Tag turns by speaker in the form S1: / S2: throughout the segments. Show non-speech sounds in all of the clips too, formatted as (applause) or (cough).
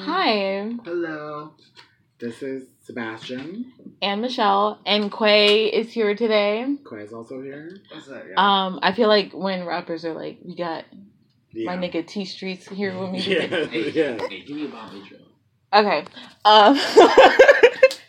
S1: Hi,
S2: Hello. This is Sebastian.
S1: and Michelle and Quay is here today.
S2: Quay is also here. What's that?
S1: Um, I feel like when rappers are like, "We got
S2: yeah.
S1: my nigga T Streets here
S2: (laughs)
S1: with me." today."
S2: Yeah, yeah.
S3: give me a bomb intro.
S1: Okay. Um, (laughs)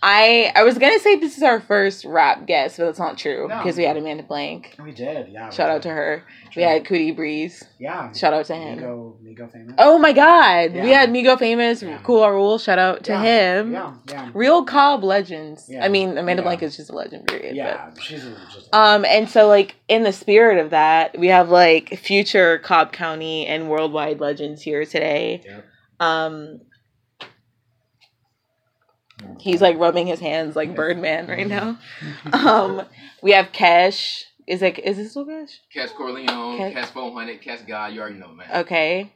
S1: I I was gonna say this is our first rap guest, but that's not true
S2: No. Oh,
S1: because we had Amanda Blank.
S2: We did, yeah.
S1: Shout out to her. We had Cootie Breeze.
S2: yeah.
S1: Shout out to him.
S2: Migo, Migo famous.
S1: Oh my God! We
S2: Yeah.
S1: had Migo Famous,
S2: Yeah.
S1: Cool Our Rule. Shout out to
S2: Yeah.
S1: him.
S2: yeah, yeah,
S1: Real Cobb legends.
S2: Yeah.
S1: I mean, Amanda
S2: Yeah.
S1: Blank is just a legend, period. but-
S2: yeah. She's a- just
S1: Um, and so like in the spirit of that, we have like future Cobb County and worldwide legends here today.
S2: Yep.
S1: Um, he's like rubbing his hands like Birdman right (laughs) now. Um, we have Kesh. Is like is this still Kesh?
S3: Cass Corleone,
S1: Okay.
S3: Cass 400, Cass God, you already know, man.
S1: Okay.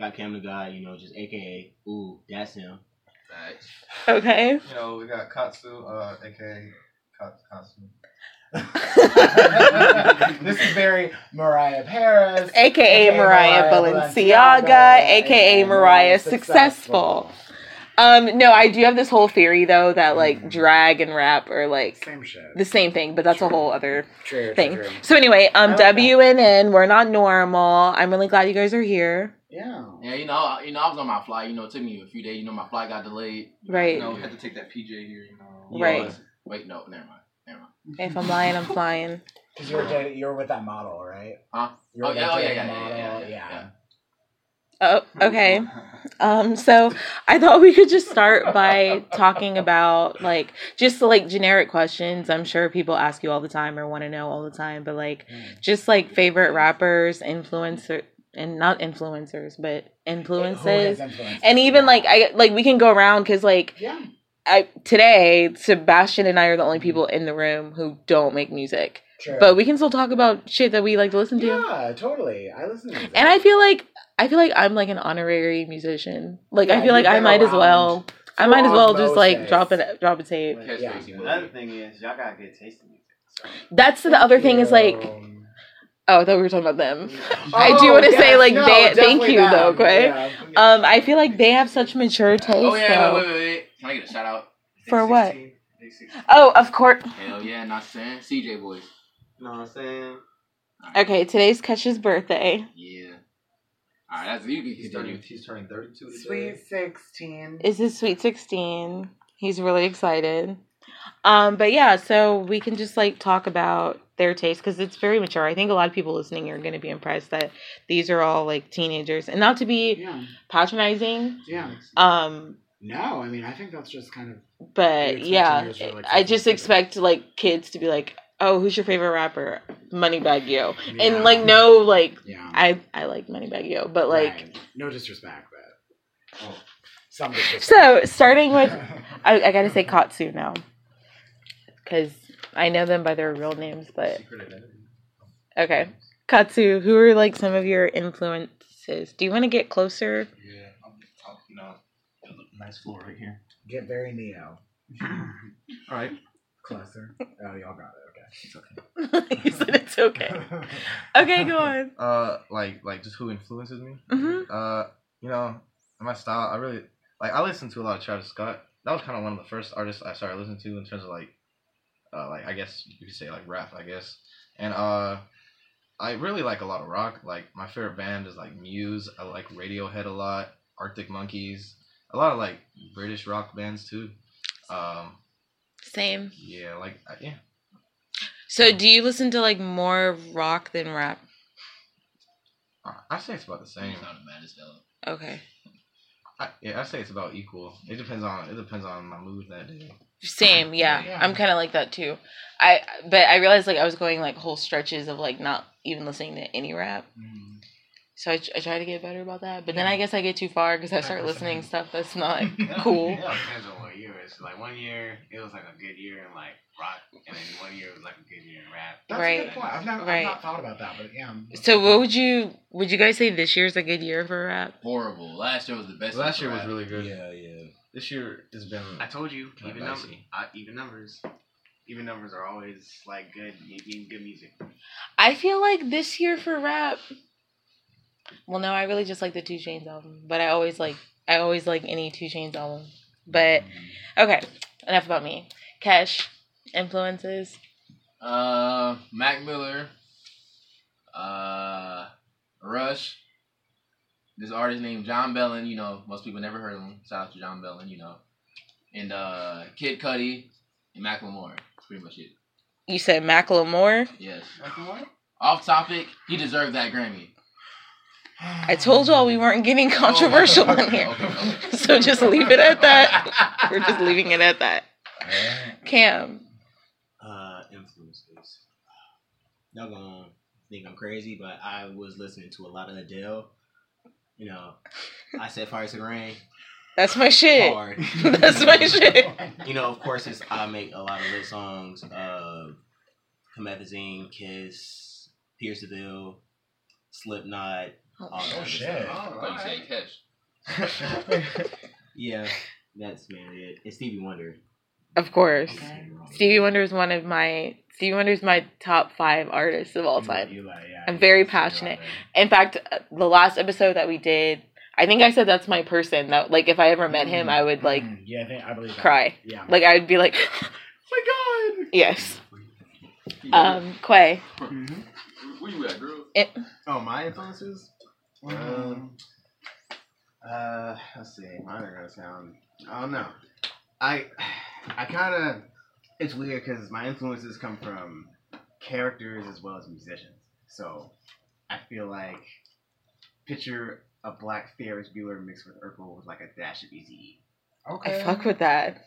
S4: Got Cam the guy, you know, just AKA, ooh, that's him.
S3: Facts.
S1: (laughs) Okay.
S5: You know, we got Katsu, uh, aka Kat-
S2: (laughs)
S5: Katsu.
S2: this is very Mariah Paris.
S1: AKA Mariah Balenciaga, AKA Mariah Successful. Um, no, I do have this whole theory though that like
S2: Mhm.
S1: drag and rap are like
S2: Same shit.
S1: the same thing, but that's
S2: True.
S1: a whole other
S2: True, true,
S1: thing.
S2: true.
S1: So anyway, um,
S2: Okay.
S1: WNN, we're not normal. I'm really glad you guys are here.
S2: Yeah.
S3: Yeah, you know, I- you know, I was on my fly. You know, it took me a few days. You know, my fly got delayed.
S1: Right.
S3: You know, we had
S5: had to take that PJ here, you know.
S3: to-
S1: Right.
S3: Yeah. Wait, no, never mind. Never mind.
S1: If I'm lying, I'm flying.
S2: Because you're da- you're with that model, right?
S3: Huh?
S2: You're
S3: Oh,
S2: with
S3: yeah,
S2: that
S3: oh, yeah,
S2: dating
S3: yeah, yeah, yeah,
S2: model,
S3: yeah, yeah.
S1: Oh,
S5: (laughs)
S1: okay. Um, so I thought we could just start by talking about like just like generic questions. I'm sure people ask you all the time or want to know all the time, but like
S2: Mm.
S1: just like favorite rappers, influencer, and not influencers, but
S2: Oh, Who has
S1: influences.
S2: influences?
S1: And even like I like we can go around because like
S2: yeah,
S1: I today Sebastian and I are the only people in the room who don't make music.
S2: true.
S1: but we can still talk about shit that we like to listen to.
S2: yeah, totally. I listen to
S1: And I feel like I feel like I'm like an honorary musician. Like I
S2: Yeah,
S1: feel like
S2: you've
S1: I
S2: been
S1: might as well. I might as well just like
S2: osmosis.
S1: drop it, drop a tape.
S3: Cass
S2: Yeah.
S3: Crazy
S4: The other
S3: movie.
S4: thing is, y'all got good taste in music.
S1: That's the other thing is like.
S2: Um,
S1: Oh, I thought we were talking about them.
S5: (laughs)
S1: I do wanna say, like, they- thank
S2: Oh, definitely
S1: you, though, Quay.
S2: Yeah.
S1: Um, I feel like they have such mature taste.
S3: Oh, yeah,
S1: though.
S3: wait, wait, wait, wait. Can I get a shout out?
S1: For what? Oh, of course.
S3: Hell yeah, not saying. CJ voice.
S4: You know what I'm saying?
S1: Okay, today's Kesha's birthday.
S3: Yeah. All right, that's you can
S5: He's,
S3: get started.
S5: turning, he's turning 32 today.
S2: Sweet sixteen.
S1: Is his sweet sixteen? He's really excited. Um, but yeah, so we can just like talk about their taste because it's very mature. I think a lot of people listening are going to be impressed that these are all like teenagers, and not to be
S2: Yeah,
S1: patronizing.
S2: yeah.
S1: Um,
S2: No, I mean, I think that's just kind of
S1: but
S2: You're
S1: yeah,
S2: expecting yours are, like,
S1: I just
S2: something
S1: expect like kids to be like, "Oh, who's your favorite rapper? Moneybag Yo,"
S2: Yeah.
S1: and like no, like
S2: yeah.
S1: I I like Moneybag Yo, but like
S2: Right. no disrespect, but
S5: Oh.
S2: some disrespect.
S1: so starting with
S2: (laughs)
S1: I, I gotta say Katsu now, because I know them by their real names. But
S5: Secret identity.
S1: okay, Katsu, who are like some of your influences? Do you want to get (laughs) closer?
S5: Yeah, I'm talking, you know,
S4: Nice floor right here.
S2: Get very neo.
S5: all right.
S2: Closer. Oh, y'all got it.
S1: you said it's okay.
S2: (laughs) Okay.
S1: Okay, go on.
S5: Uh, like, like, just who influences me?
S1: Mhm.
S5: Uh, you know, my style. I really like. I listened to a lot of Travis Scott. That was kind of one of the first artists I started listening to in terms of like, uh, like I guess you could say like rap. I guess. And uh, I really like a lot of rock. Like my favorite band is like Muse. I like Radiohead a lot. Arctic Monkeys. A lot of like British rock bands too. Um,
S1: Same.
S5: yeah, like I- yeah.
S1: So, do you listen to like more rock than rap?
S5: I- I say it's about the same.
S3: You sounded mad as hell.
S1: Okay,
S5: I, yeah, I say it's about equal. It depends on it depends on my mood that day.
S1: same. Yeah,
S5: Yeah.
S1: I'm kind of like that too. I but I realized like I was going like whole stretches of like not even listening to any rap.
S2: Mm.
S1: So I, I try to get better about that, but then I guess I get too far because I start listening to stuff that's not (laughs) cool.
S6: It all depends on what year it's. Like one year, it was like a good year in like rock, and then one year it was like a good year in rap.
S2: That's a
S1: Right.
S2: good point. I've not,
S1: Right.
S2: I've not thought about that, but yeah.
S1: So what would you would you guys say this year's a good year for rap?
S3: Horrible. Last year was the best.
S5: Last year
S3: for
S5: was
S3: rap.
S5: really good.
S4: yeah.
S5: This year has been.
S6: I told you,
S5: Kinda
S6: even numbers,
S5: dicey.
S6: uh, even numbers, even numbers are always like good, you mean good music.
S1: I feel like this year for rap Well, no, I really just like the Two Chains album, but I always like I always like any Two Chains album. But okay, enough about me. Kesh influences.
S3: Uh, Mac Miller. Uh, Rush. This artist named John Bellin. You know, most people never heard of him. Shout out to John Bellin. You know, and uh, Kid Cudi and Macklemore. That's pretty much it.
S1: You said Macklemore.
S3: Yes.
S6: Macklemore?
S3: Off topic. He deserved that Grammy.
S2: (sighs)
S1: I told y'all we weren't getting controversial in here,
S3: (laughs) Okay, okay.
S1: so just leave it at that. We're just leaving it at that. Cam,
S4: uh, influences. Y'all gonna think I'm crazy, but I was listening to a lot of Adele. You know, I said Fire to the Rain
S1: that's my shit. (laughs)
S4: hard.
S1: That's my shit.
S4: You know, of course, it's, I make a lot of lit songs. Uh, Comethazine, Kiss, Pierce the Veil, Slipknot. all that
S2: Oh,
S4: good
S2: shit.
S4: stuff.
S3: I thought you said Kesh.
S4: Yeah, that's man. It. It's Stevie Wonder.
S1: Of course,
S4: Don't get me wrong.
S1: Stevie Wonder is one of my Stevie Wonder is my top five artists of all
S2: Mm-hmm.
S4: You-
S1: time.
S4: you like, yeah,
S1: I'm
S4: you
S1: very
S4: like Stevie
S1: passionate.
S4: Wonder.
S1: In fact, uh, the last episode that we did, I think I said that's my person. That like if I ever met him, I would like
S2: Mm, yeah, I think I believe that.
S1: cry.
S2: Yeah. Oh
S1: Like I would be like, (laughs)
S2: my God.
S1: yes. Um, Quay.
S6: Mm-hmm.
S3: Where you at, girl?
S6: Oh, my influences? Um, uh, let's see. Mine are gonna sound. I don't know. I, (sighs) I kind of. It's weird because my influences come from characters as well as musicians. So, I feel like picture a black Ferris Bueller mixed with Urkel with like a dash of Easy.
S1: I
S2: Okay.
S1: fuck with that.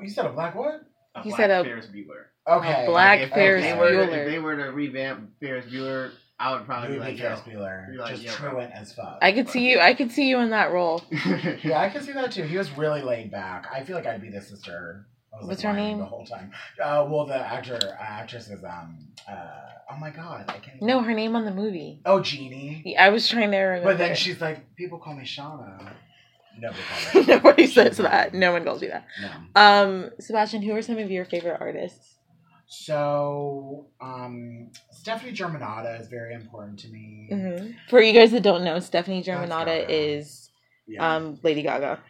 S2: You said a black what?
S1: He said a-
S6: Ferris Bueller.
S2: Okay.
S1: black
S6: If- if
S1: Ferris
S6: they were-
S1: Bueller.
S6: If they were to revamp Ferris Bueller, I would probably
S2: Louis
S6: be like,
S2: Ferris
S6: yo.
S2: Bueller.
S6: You're like,
S2: just
S6: yo.
S2: truant as fuck.
S1: I could see you. I could see you in that role.
S5: (laughs)
S2: Yeah, I can see that too. He was really laid back. I feel like I'd be the sister. I was, like,
S1: What's her
S2: lying
S1: name?
S2: The whole time. Uh, well, the actor, uh, actress is um. Uh, oh my god, I can't.
S1: No, her name on the movie.
S2: Oh, Jeannie.
S1: Yeah, I was trying to remember.
S2: But then she's like, people call me Shauna. Nobody calls me.
S1: (laughs) Nobody says that. No one calls you that.
S2: no.
S1: Um, Sebastian, who are some of your favorite artists?
S2: So, um, Stephanie Germanata is very important to me.
S1: hmm For you guys that don't know, Stephanie
S2: That's
S1: Germanata
S2: Gaga.
S1: is
S2: Yeah.
S1: um, Lady Gaga.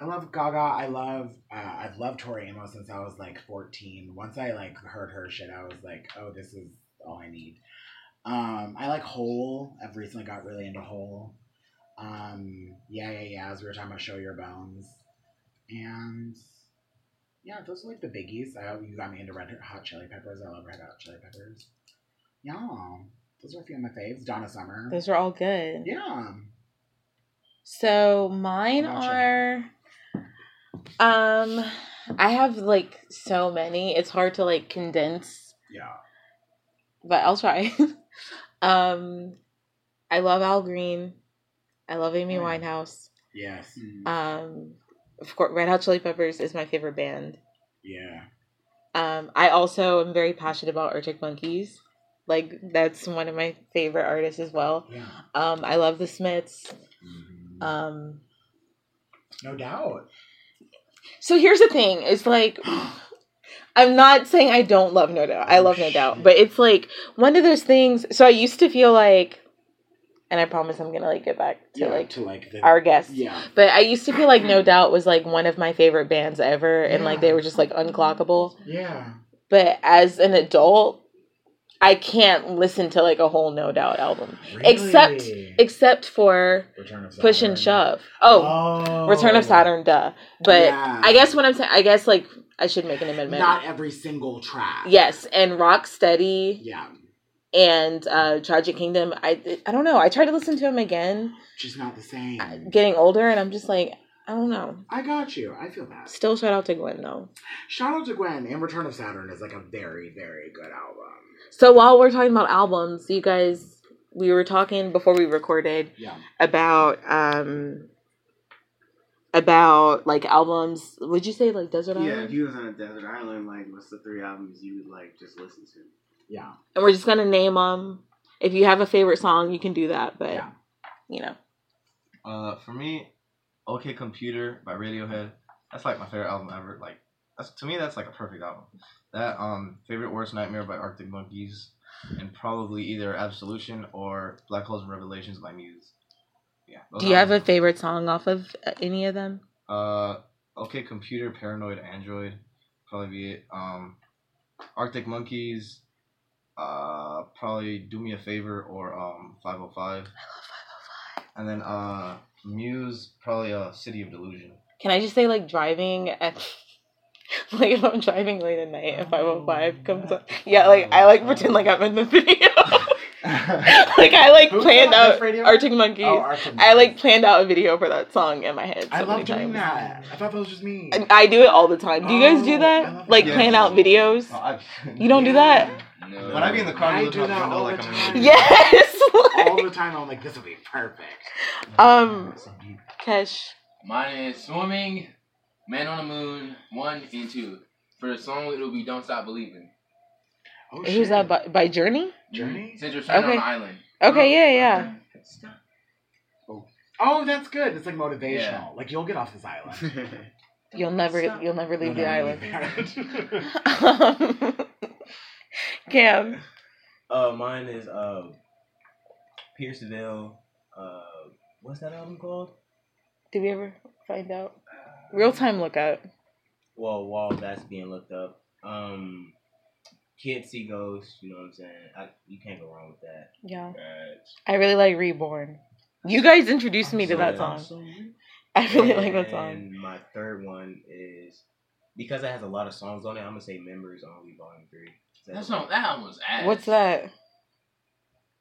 S2: I love Gaga. I love uh, I've loved Tori Amos since I was like 14. Once I like heard her shit, I was like, oh, this is all I need. Um, I like Hole. I've recently got really into Hole. Um, yeah, yeah, yeah. As we were talking about Show Your Bones, and yeah, those are like the biggies. I hope you got me into Red Hot Chili Peppers. I love Red Hot Chili Peppers. Yeah, those are a few of my faves. Donna Summer.
S1: Those are all good.
S2: yeah.
S1: So mine
S2: How about
S1: are um I have like so many. It's hard to like condense,
S2: Yeah.
S1: but I'll try. (laughs) um I love Al Green. I love Amy
S2: Mm.
S1: Winehouse.
S2: Yes. Mm.
S1: Um of course Red Hot Chili Peppers is my favorite band.
S2: Yeah.
S1: Um I also am very passionate about Arctic Monkeys. Like that's one of my favorite artists as well.
S2: Yeah.
S1: Um I love the Smiths.
S2: Mhm.
S1: Um
S2: no doubt.
S1: So here's the thing:
S2: (gasps)
S1: it's like I'm not saying I don't love No Doubt. I
S2: Oh,
S1: love No Doubt,
S2: shit.
S1: but it's like one of those things. So I used to feel like, and I promise I'm gonna like get back to
S2: yeah,
S1: like
S2: to like the
S1: our guests.
S2: yeah
S1: But I used to feel like No Doubt was like one of my favorite bands ever, and like
S2: Yeah.
S1: they were just like unclockable.
S2: yeah
S1: But as an adult, I can't listen to like a whole No Doubt album, Except-
S2: Really?
S1: except for
S2: Return of
S1: Push and
S2: Saturn.
S1: Shove. Oh,
S2: oh
S1: Return of Saturn, duh. But
S2: Yeah.
S1: I guess what I'm saying, I guess like I should make an amendment.
S2: not every single track
S1: Yes, and Rocksteady
S2: yeah
S1: and uh, Tragic Kingdom. I I don't know. I tried to listen to him again,
S2: just not the same
S1: uh, getting older, and I'm just like, I don't know.
S2: I got you I feel that
S1: Still, shout out to Gwen though.
S2: shout out to Gwen and Return of Saturn is like a very very good album
S1: So while we're talking about albums, you guys, we were talking before we recorded
S2: yeah
S1: about um about like albums. Would you say like Desert
S6: Yeah,
S1: Island?
S6: if you was on a desert island, like, what's the three albums you would like just listen to?
S2: yeah
S1: and we're just gonna name them. If you have a favorite song, you can do that, but
S2: Yeah.
S1: you know,
S5: Uh, for me, OK Computer by Radiohead. That's like my favorite album ever. Like, that's to me, that's like a perfect album. That um, favorite worst nightmare by Arctic Monkeys. and probably either Absolution or Black Holes and Revelations by Muse. Yeah. those
S1: Do you have a
S5: albums.
S1: favorite song off of uh, any of them?
S5: Uh, okay, computer, paranoid, android, probably be it. Um, Arctic Monkeys, uh, probably do me a favor or um, five hundred five. I love five hundred five. And then uh, Muse, probably uh, City of (laughs) Delusion.
S1: Can I just say like driving at (laughs) like if I'm driving late at night and
S2: Oh,
S1: 505 comes up. Yeah, like I like pretend like I'm in
S2: (laughs)
S1: the (laughs) video. like I like
S2: Who's
S1: planned
S2: on this
S1: out
S2: radio?
S1: Arctic Monkeys.
S2: Oh, Arctic
S1: I like
S2: Monkeys.
S1: planned out a video for that song in my head. So
S2: I love
S1: many
S2: doing
S1: times.
S2: that. I thought that was just me.
S1: And I do it all the time. Do you guys
S2: Oh,
S1: do
S2: I
S1: that?
S2: love
S1: Like
S5: that.
S1: plan out videos?
S5: I,
S1: You
S5: (laughs)
S1: don't do that?
S3: No.
S5: When I be in the car,
S2: I
S5: I look
S2: do
S5: out the
S2: that
S5: window
S2: all
S5: like
S2: the
S5: I'm
S2: time.
S5: in
S1: (laughs)
S5: a-
S1: Yes. (laughs) like-
S2: all the time. I'm like, this will be perfect.
S1: um Kesh.
S3: Mine is swimming, man on the moon, one and two. For the song, it'll be "Don't Stop Believing."
S2: Oh,
S1: Who's that by, by Journey?
S2: Journey?
S3: Mm-hmm. Since you're stranded
S1: Okay.
S3: on an island.
S1: Okay, yeah, yeah.
S2: Oh, that's good. It's like motivational.
S3: Yeah.
S2: Like you'll get off this island.
S1: You'll never you'll never leave the island.
S2: (laughs)
S1: (laughs)
S2: island.
S1: Um, Cam.
S4: Uh, mine is uh, Pierce Deville. Uh, what's that album called?
S1: Did we ever find out? Real time lookup.
S4: Well, while that's being looked up, um, Kid See Ghost. You know what I'm saying? I, you can't go wrong with that.
S1: Yeah.
S3: Right.
S1: I really like Reborn. You guys introduced me to that song. (laughs) I really like that song.
S4: And my third one is because it has a lot of songs on it. I'm gonna say Members only Volume Three.
S3: That song, that album was ass.
S1: What's that?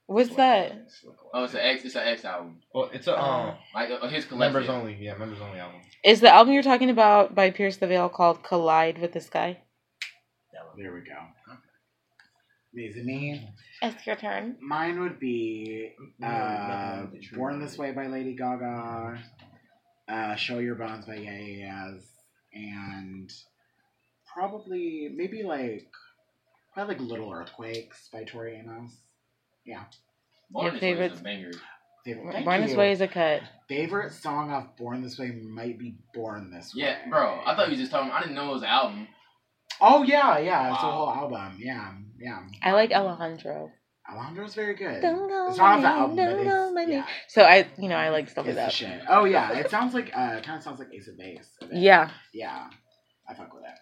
S1: What's that?
S3: Oh, it's an X. It's an X album.
S5: Well, it's a um,
S3: Like uh, his collection.
S5: members only. Yeah, members only album.
S1: Is the album you're talking about by Pierce the Veil called Collide with the Sky?
S4: That one.
S2: there we go. Is it me?
S1: It's your turn.
S2: Mine would be uh,
S4: Nothing but the truth.
S2: Born This Way by Lady Gaga, uh, Show Your Bones by Yeah Yeah Yeahs, and probably maybe like probably like Little Earthquakes by Tori Amos.
S3: Born This Way is
S1: Favorites.
S3: a banger.
S2: Favorite, thank
S1: Born This
S2: you.
S1: Way is a cut.
S2: Favorite song off Born This Way might be Born This Way.
S3: Yeah, bro. I thought you were just talking. I didn't know it was an album.
S2: Oh yeah, yeah. It's a
S3: Wow.
S2: whole album. Yeah, yeah.
S1: I like Alejandro.
S2: Alejandro's very good.
S1: Don't go
S2: It's not off the
S1: my name,
S2: album, but
S1: don't
S2: it's,
S1: go my
S2: yeah,
S1: name. So I, you know, I like stuff
S2: it's
S1: like
S2: the
S1: that.
S2: shit. Oh yeah, it sounds like uh, kind of sounds like Ace of Base. a bit.
S1: Yeah.
S2: yeah. I fuck with that.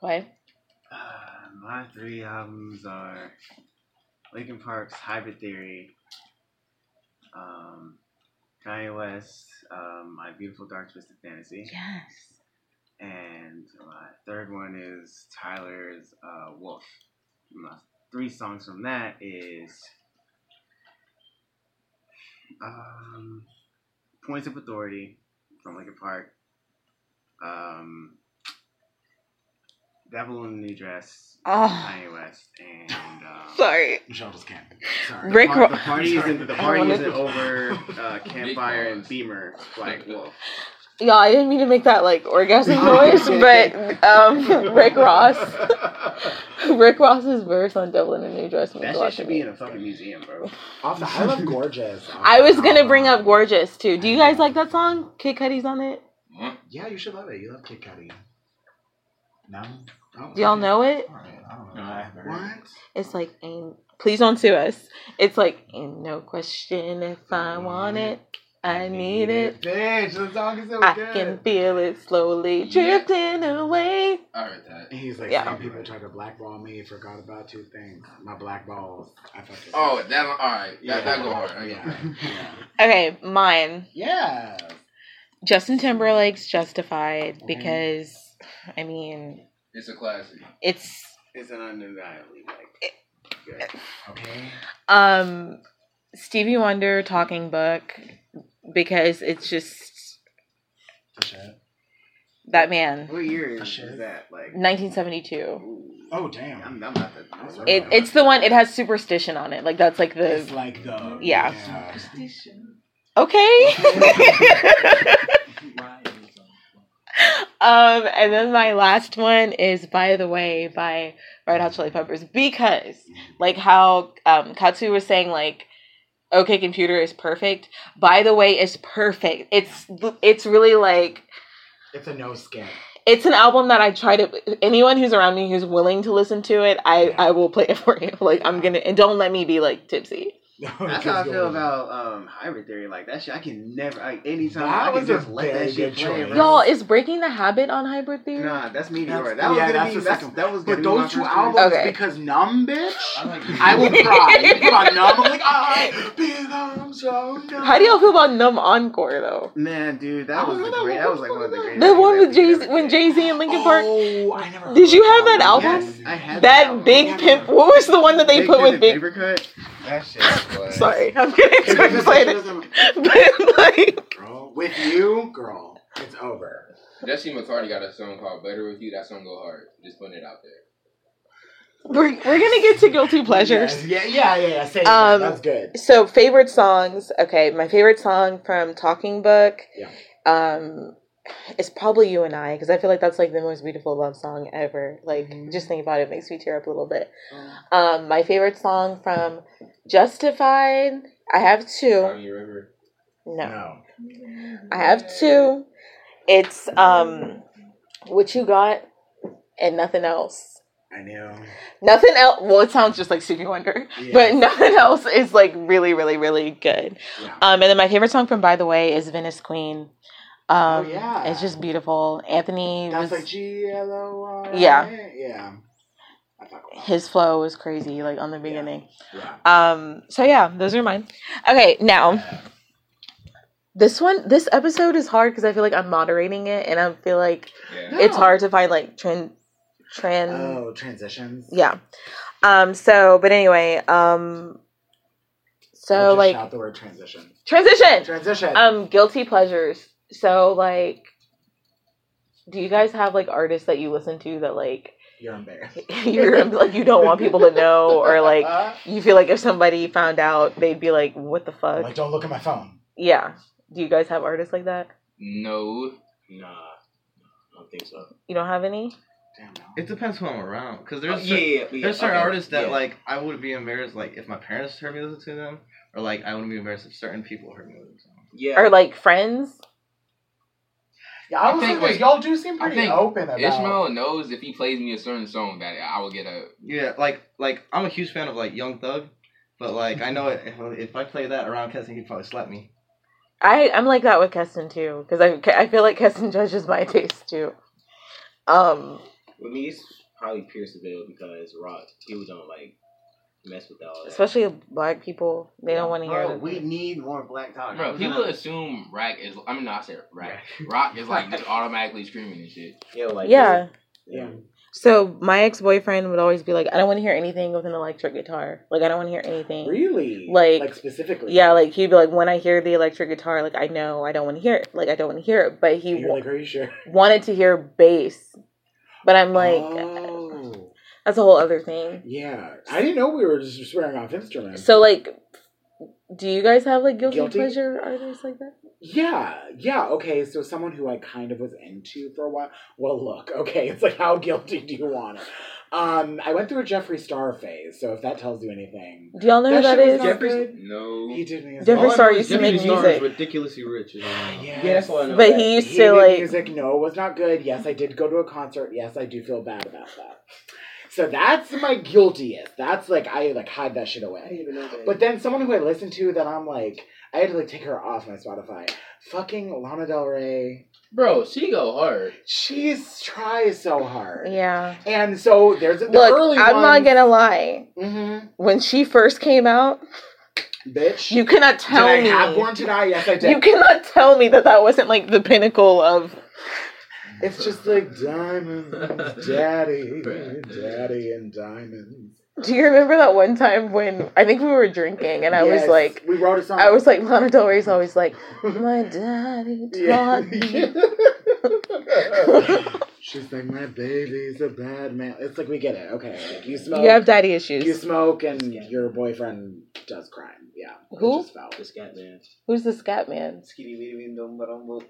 S1: What?
S6: Uh, my three albums are Linkin Park's Hybrid Theory, um, Kanye West, um, My Beautiful Dark Twisted Fantasy,
S1: Yes.
S6: and my third one is Tyler's uh, Wolf. My three songs from that is um, Points of Authority from Linkin Park, um, Devil in a New Dress
S1: Oh,
S6: Kanye West and um,
S1: sorry.
S2: Michelle just can't. Sorry.
S1: Rick
S6: par-
S1: Ross.
S6: the party isn't the
S1: (laughs)
S6: party
S1: wanna-
S6: isn't over. Uh, campfire and Beamer, like Wolf.
S1: Y'all, I didn't mean to make that like orgasm
S6: (laughs)
S1: noise, but um, Rick Ross, (laughs) Rick Ross's verse on Devil in a New Dress. means
S6: That
S1: a lot to
S6: shit should
S1: me.
S6: be in a fucking museum, bro.
S2: Off the, I love Gorgeous. off
S1: I
S2: the
S1: was gonna
S2: album.
S1: bring up Gorgeous too. Do you guys like that song? Kid Cudi's on it.
S3: Huh?
S2: Yeah, you should love it. You love Kid Cudi. No. Oh,
S1: Do y'all know it?
S5: Alright, I don't
S3: No,
S5: know.
S3: I haven't heard.
S2: What?
S1: It's like, ain't, please don't sue us. It's like, ain't no question if I want it, I Mm-hmm. need it.
S2: Bitch, the song is so
S1: I
S2: good.
S1: can feel it slowly
S3: Yeah.
S1: drifting away.
S3: I heard that.
S2: He's like,
S1: Yeah.
S2: some people try to blackball me. Forgot about two things. My black balls. I fucked it.
S3: Oh, that one. All right.
S2: Yeah.
S3: That, that go hard. Okay.
S2: yeah.
S3: (laughs)
S2: yeah.
S1: Okay, mine.
S2: Yeah.
S1: Justin Timberlake's Justified
S2: Mhm.
S1: because, I mean,
S3: It's a classic.
S1: it's
S6: It's an undeniably like. good.
S2: Okay.
S1: um Stevie Wonder talking book because it's just that man.
S6: What year is is that? Like.
S1: 1972.
S6: ooh,
S2: Oh damn.
S6: I'm, I'm not that. I'm
S1: It, it's the one. It has superstition on it. Like that's like the
S2: It's like the
S1: Yeah.
S2: Okay.
S1: okay. Um, and then my last one is By the Way by Red Hot Chili Peppers because, like, how um, Katsu was saying, like, okay, computer is perfect. By the Way is perfect. It's it's really like
S2: (laughs) It's a no skip.
S1: it's an album that I try to anyone who's around me who's willing to listen to it, I
S2: Yeah.
S1: I will play it (laughs) for you. Like I'm gonna and don't let me be like tipsy.
S6: That's how I feel about um, hybrid theory. Like that shit, I can never. Like anytime
S2: That
S6: I
S2: was
S6: can
S2: a
S6: just let
S2: very
S6: that shit
S2: good
S6: play.
S2: choice.
S6: bro.
S1: Y'all is breaking the habit on hybrid theory.
S6: Nah, that's meteor.
S2: That's-
S6: That was
S2: yeah,
S6: gonna
S2: that's
S6: be.
S2: the
S6: That's,
S2: second
S6: that was gonna
S2: But
S6: be my
S2: those two
S6: first choice.
S2: albums,
S1: Okay.
S2: because numb, bitch,
S3: I like
S2: I will
S1: (laughs)
S2: cry. You put on numb, I'm like, alright, because I'm so numb.
S1: How do y'all feel about Numb Encore though?
S6: Man,
S2: I
S6: dude,
S1: (laughs)
S6: that was
S2: remember
S6: the
S2: that
S6: great.
S2: one.
S6: That was like one of the greatest.
S1: The one
S6: things
S1: with Jay
S6: that we ever
S1: when
S6: did.
S1: Jay Z and Lincoln Park.
S2: Oh, I never.
S1: Did
S2: heard
S1: you have that album?
S6: Yes, I
S2: Oh,
S6: had
S1: That big pimp. What was the one that they put with big?
S6: paper cut.
S5: That shit was.
S1: Sorry, I'm getting too (laughs) excited. (laughs) But like,
S2: Girl, with you, girl, it's over.
S3: Jesse McCarty got a song called Better With You. That song go hard. Just putting it out there.
S1: we're we're gonna get to guilty pleasures.
S2: Yeah, yeah, yeah, yeah. Say
S1: Um,
S2: that. That's good.
S1: So favorite songs. Okay, my favorite song from Talking Book.
S2: Yeah.
S1: Um, it's probably "You and I" because I feel like that's like the most beautiful love song ever. Like
S2: Mhm.
S1: just think about it, it makes me tear up a little bit. Um, my favorite song from Justified. I have two.
S3: Tommy River.
S1: No,
S2: No.
S1: I have two. It's um, what you got, and nothing else.
S2: I knew.
S1: Nothing else. Well, it sounds just like Stevie Wonder,
S2: Yeah.
S1: but (laughs) nothing else is like really, really, really good.
S2: Yeah.
S1: Um, and then my favorite song from By the Way is Venice Queen. Um,
S2: Oh, yeah.
S1: it's just beautiful. Anthony
S2: That's
S1: was
S2: like G L O R.
S1: Yeah.
S2: Yeah. I fuck with that.
S1: his flow was crazy, like on the beginning.
S2: Yeah.
S1: Um, so yeah, those are mine. Okay, now this one, this episode is hard because I feel like I'm moderating it, and I feel like
S3: Yeah.
S1: it's
S2: No.
S1: hard to find like trend, trend.
S2: Oh, transitions.
S1: Yeah. Um. So, but anyway. Um.
S2: I'll
S1: So
S2: just
S1: like
S2: shout the word transition.
S1: transition.
S2: Transition.
S1: um guilty pleasures so like do you guys have like artists that you listen to that like (laughs)
S2: You're embarrassed.
S1: you're like you don't want people to know or like
S2: Uh,
S1: you feel like if somebody found out they'd be like what the
S2: I'm
S1: fuck
S2: like, don't look at my phone.
S1: yeah do you guys have artists like that
S3: No.
S4: Nah, I don't think so.
S1: you don't have any
S2: Damn. No.
S5: It depends who I'm around, because
S4: Oh,
S5: there's
S4: yeah,
S5: cer-
S4: yeah, yeah,
S5: there's certain
S4: okay,
S5: artists that
S4: yeah.
S5: like I would be embarrassed like if my parents heard me listen to them, or like I wouldn't be embarrassed if certain people heard me listen to them.
S4: yeah.
S1: or like friends
S2: Yeah, I,
S3: I
S2: was
S3: think-
S2: think, like,
S3: wait.
S2: y'all do seem
S3: I
S2: pretty
S3: think
S2: open about.
S3: Ishmael knows if he plays me a certain song that I will get a.
S5: Yeah, like like I'm a huge fan of like Young Thug, but like I know it, if, if I play that around Keston, he'd probably slap me.
S1: I I'm like that with Keston too because I I feel like Keston (laughs) judges my taste too um
S4: With me, it's probably Pierce the Veil because rock people don't like mess with all that.
S1: especially black people they don't want to hear
S6: Bro,
S1: that.
S6: we need more black talk.
S3: Bro, people assume rack is. I mean, no, I said rack. Rock is (laughs) like just automatically screaming and shit.
S4: yeah, like
S1: yeah
S4: yeah.
S1: So my ex boyfriend would always be like, I don't want to hear anything with an electric guitar. Like I don't want to hear anything.
S2: Really?
S1: Like-
S2: like specifically?
S1: Yeah, like he'd be like, when I hear the electric guitar, like I know I don't want to hear it. Like I don't want to hear it. But he
S2: You're
S1: w-
S2: like, are you sure?
S1: wanted to hear bass. But I'm like, uh,
S2: Oh.
S1: that's a whole other thing.
S2: Yeah, I didn't know we were just swearing off instruments.
S1: So like, do you guys have like guilty,
S2: Guilty?
S1: pleasure artists like that?
S2: Yeah, yeah, okay. So someone who I kind of was into for a while. Well, look, okay, it's like how guilty do you want it? Um, I went through a Jeffree Star phase, so if that tells you anything,
S1: Do y'all know who
S2: That
S1: that
S2: shit was
S1: is?
S2: not-
S5: Jeffree-
S2: good.
S3: No.
S2: he did me. as
S1: Jeffree
S2: well.
S1: Star used to make music.
S5: ridiculously rich. you know. (laughs)
S2: Yes.
S4: Yeah, that's all I know.
S1: But he
S2: He
S1: used to
S2: did
S1: like.
S2: music. No, it was not good. Yes, I did go to a concert. Yes, I do feel bad about that. So that's my guiltiest. That's like I like hide that shit away. But then someone who I listen to that I'm like, I had to like take her off my Spotify. Fucking Lana Del Rey.
S3: Bro, she go hard.
S2: She's tries so hard.
S1: Yeah.
S2: And so there's the early
S1: Look, I'm not
S2: ones-
S1: gonna lie.
S2: Mhm.
S1: When she first came out,
S2: Bitch.
S1: you cannot tell
S2: did
S1: me.
S2: I have born to die? Yes, I did.
S1: You cannot tell me that that wasn't like the pinnacle of.
S2: it's just like diamonds, daddy,
S3: Bruh.
S2: daddy, and diamonds.
S1: Do you remember that one time when I think we were drinking and I
S2: Yes,
S1: was like,
S2: we wrote a song.
S1: I was like, Lana Del Rey's always like, my daddy
S2: (laughs) Yeah.
S1: taught me.
S2: (laughs) She's like, my baby's a bad man. It's like we get it. Okay, like you smoke,
S1: You have daddy
S2: you
S1: issues.
S2: smoke, and your boyfriend does crime. Yeah, It
S1: Who?
S2: just fell.
S4: This cat man.
S1: Who's the scat man?
S4: Skitty bitty bitty dum ba dum boop.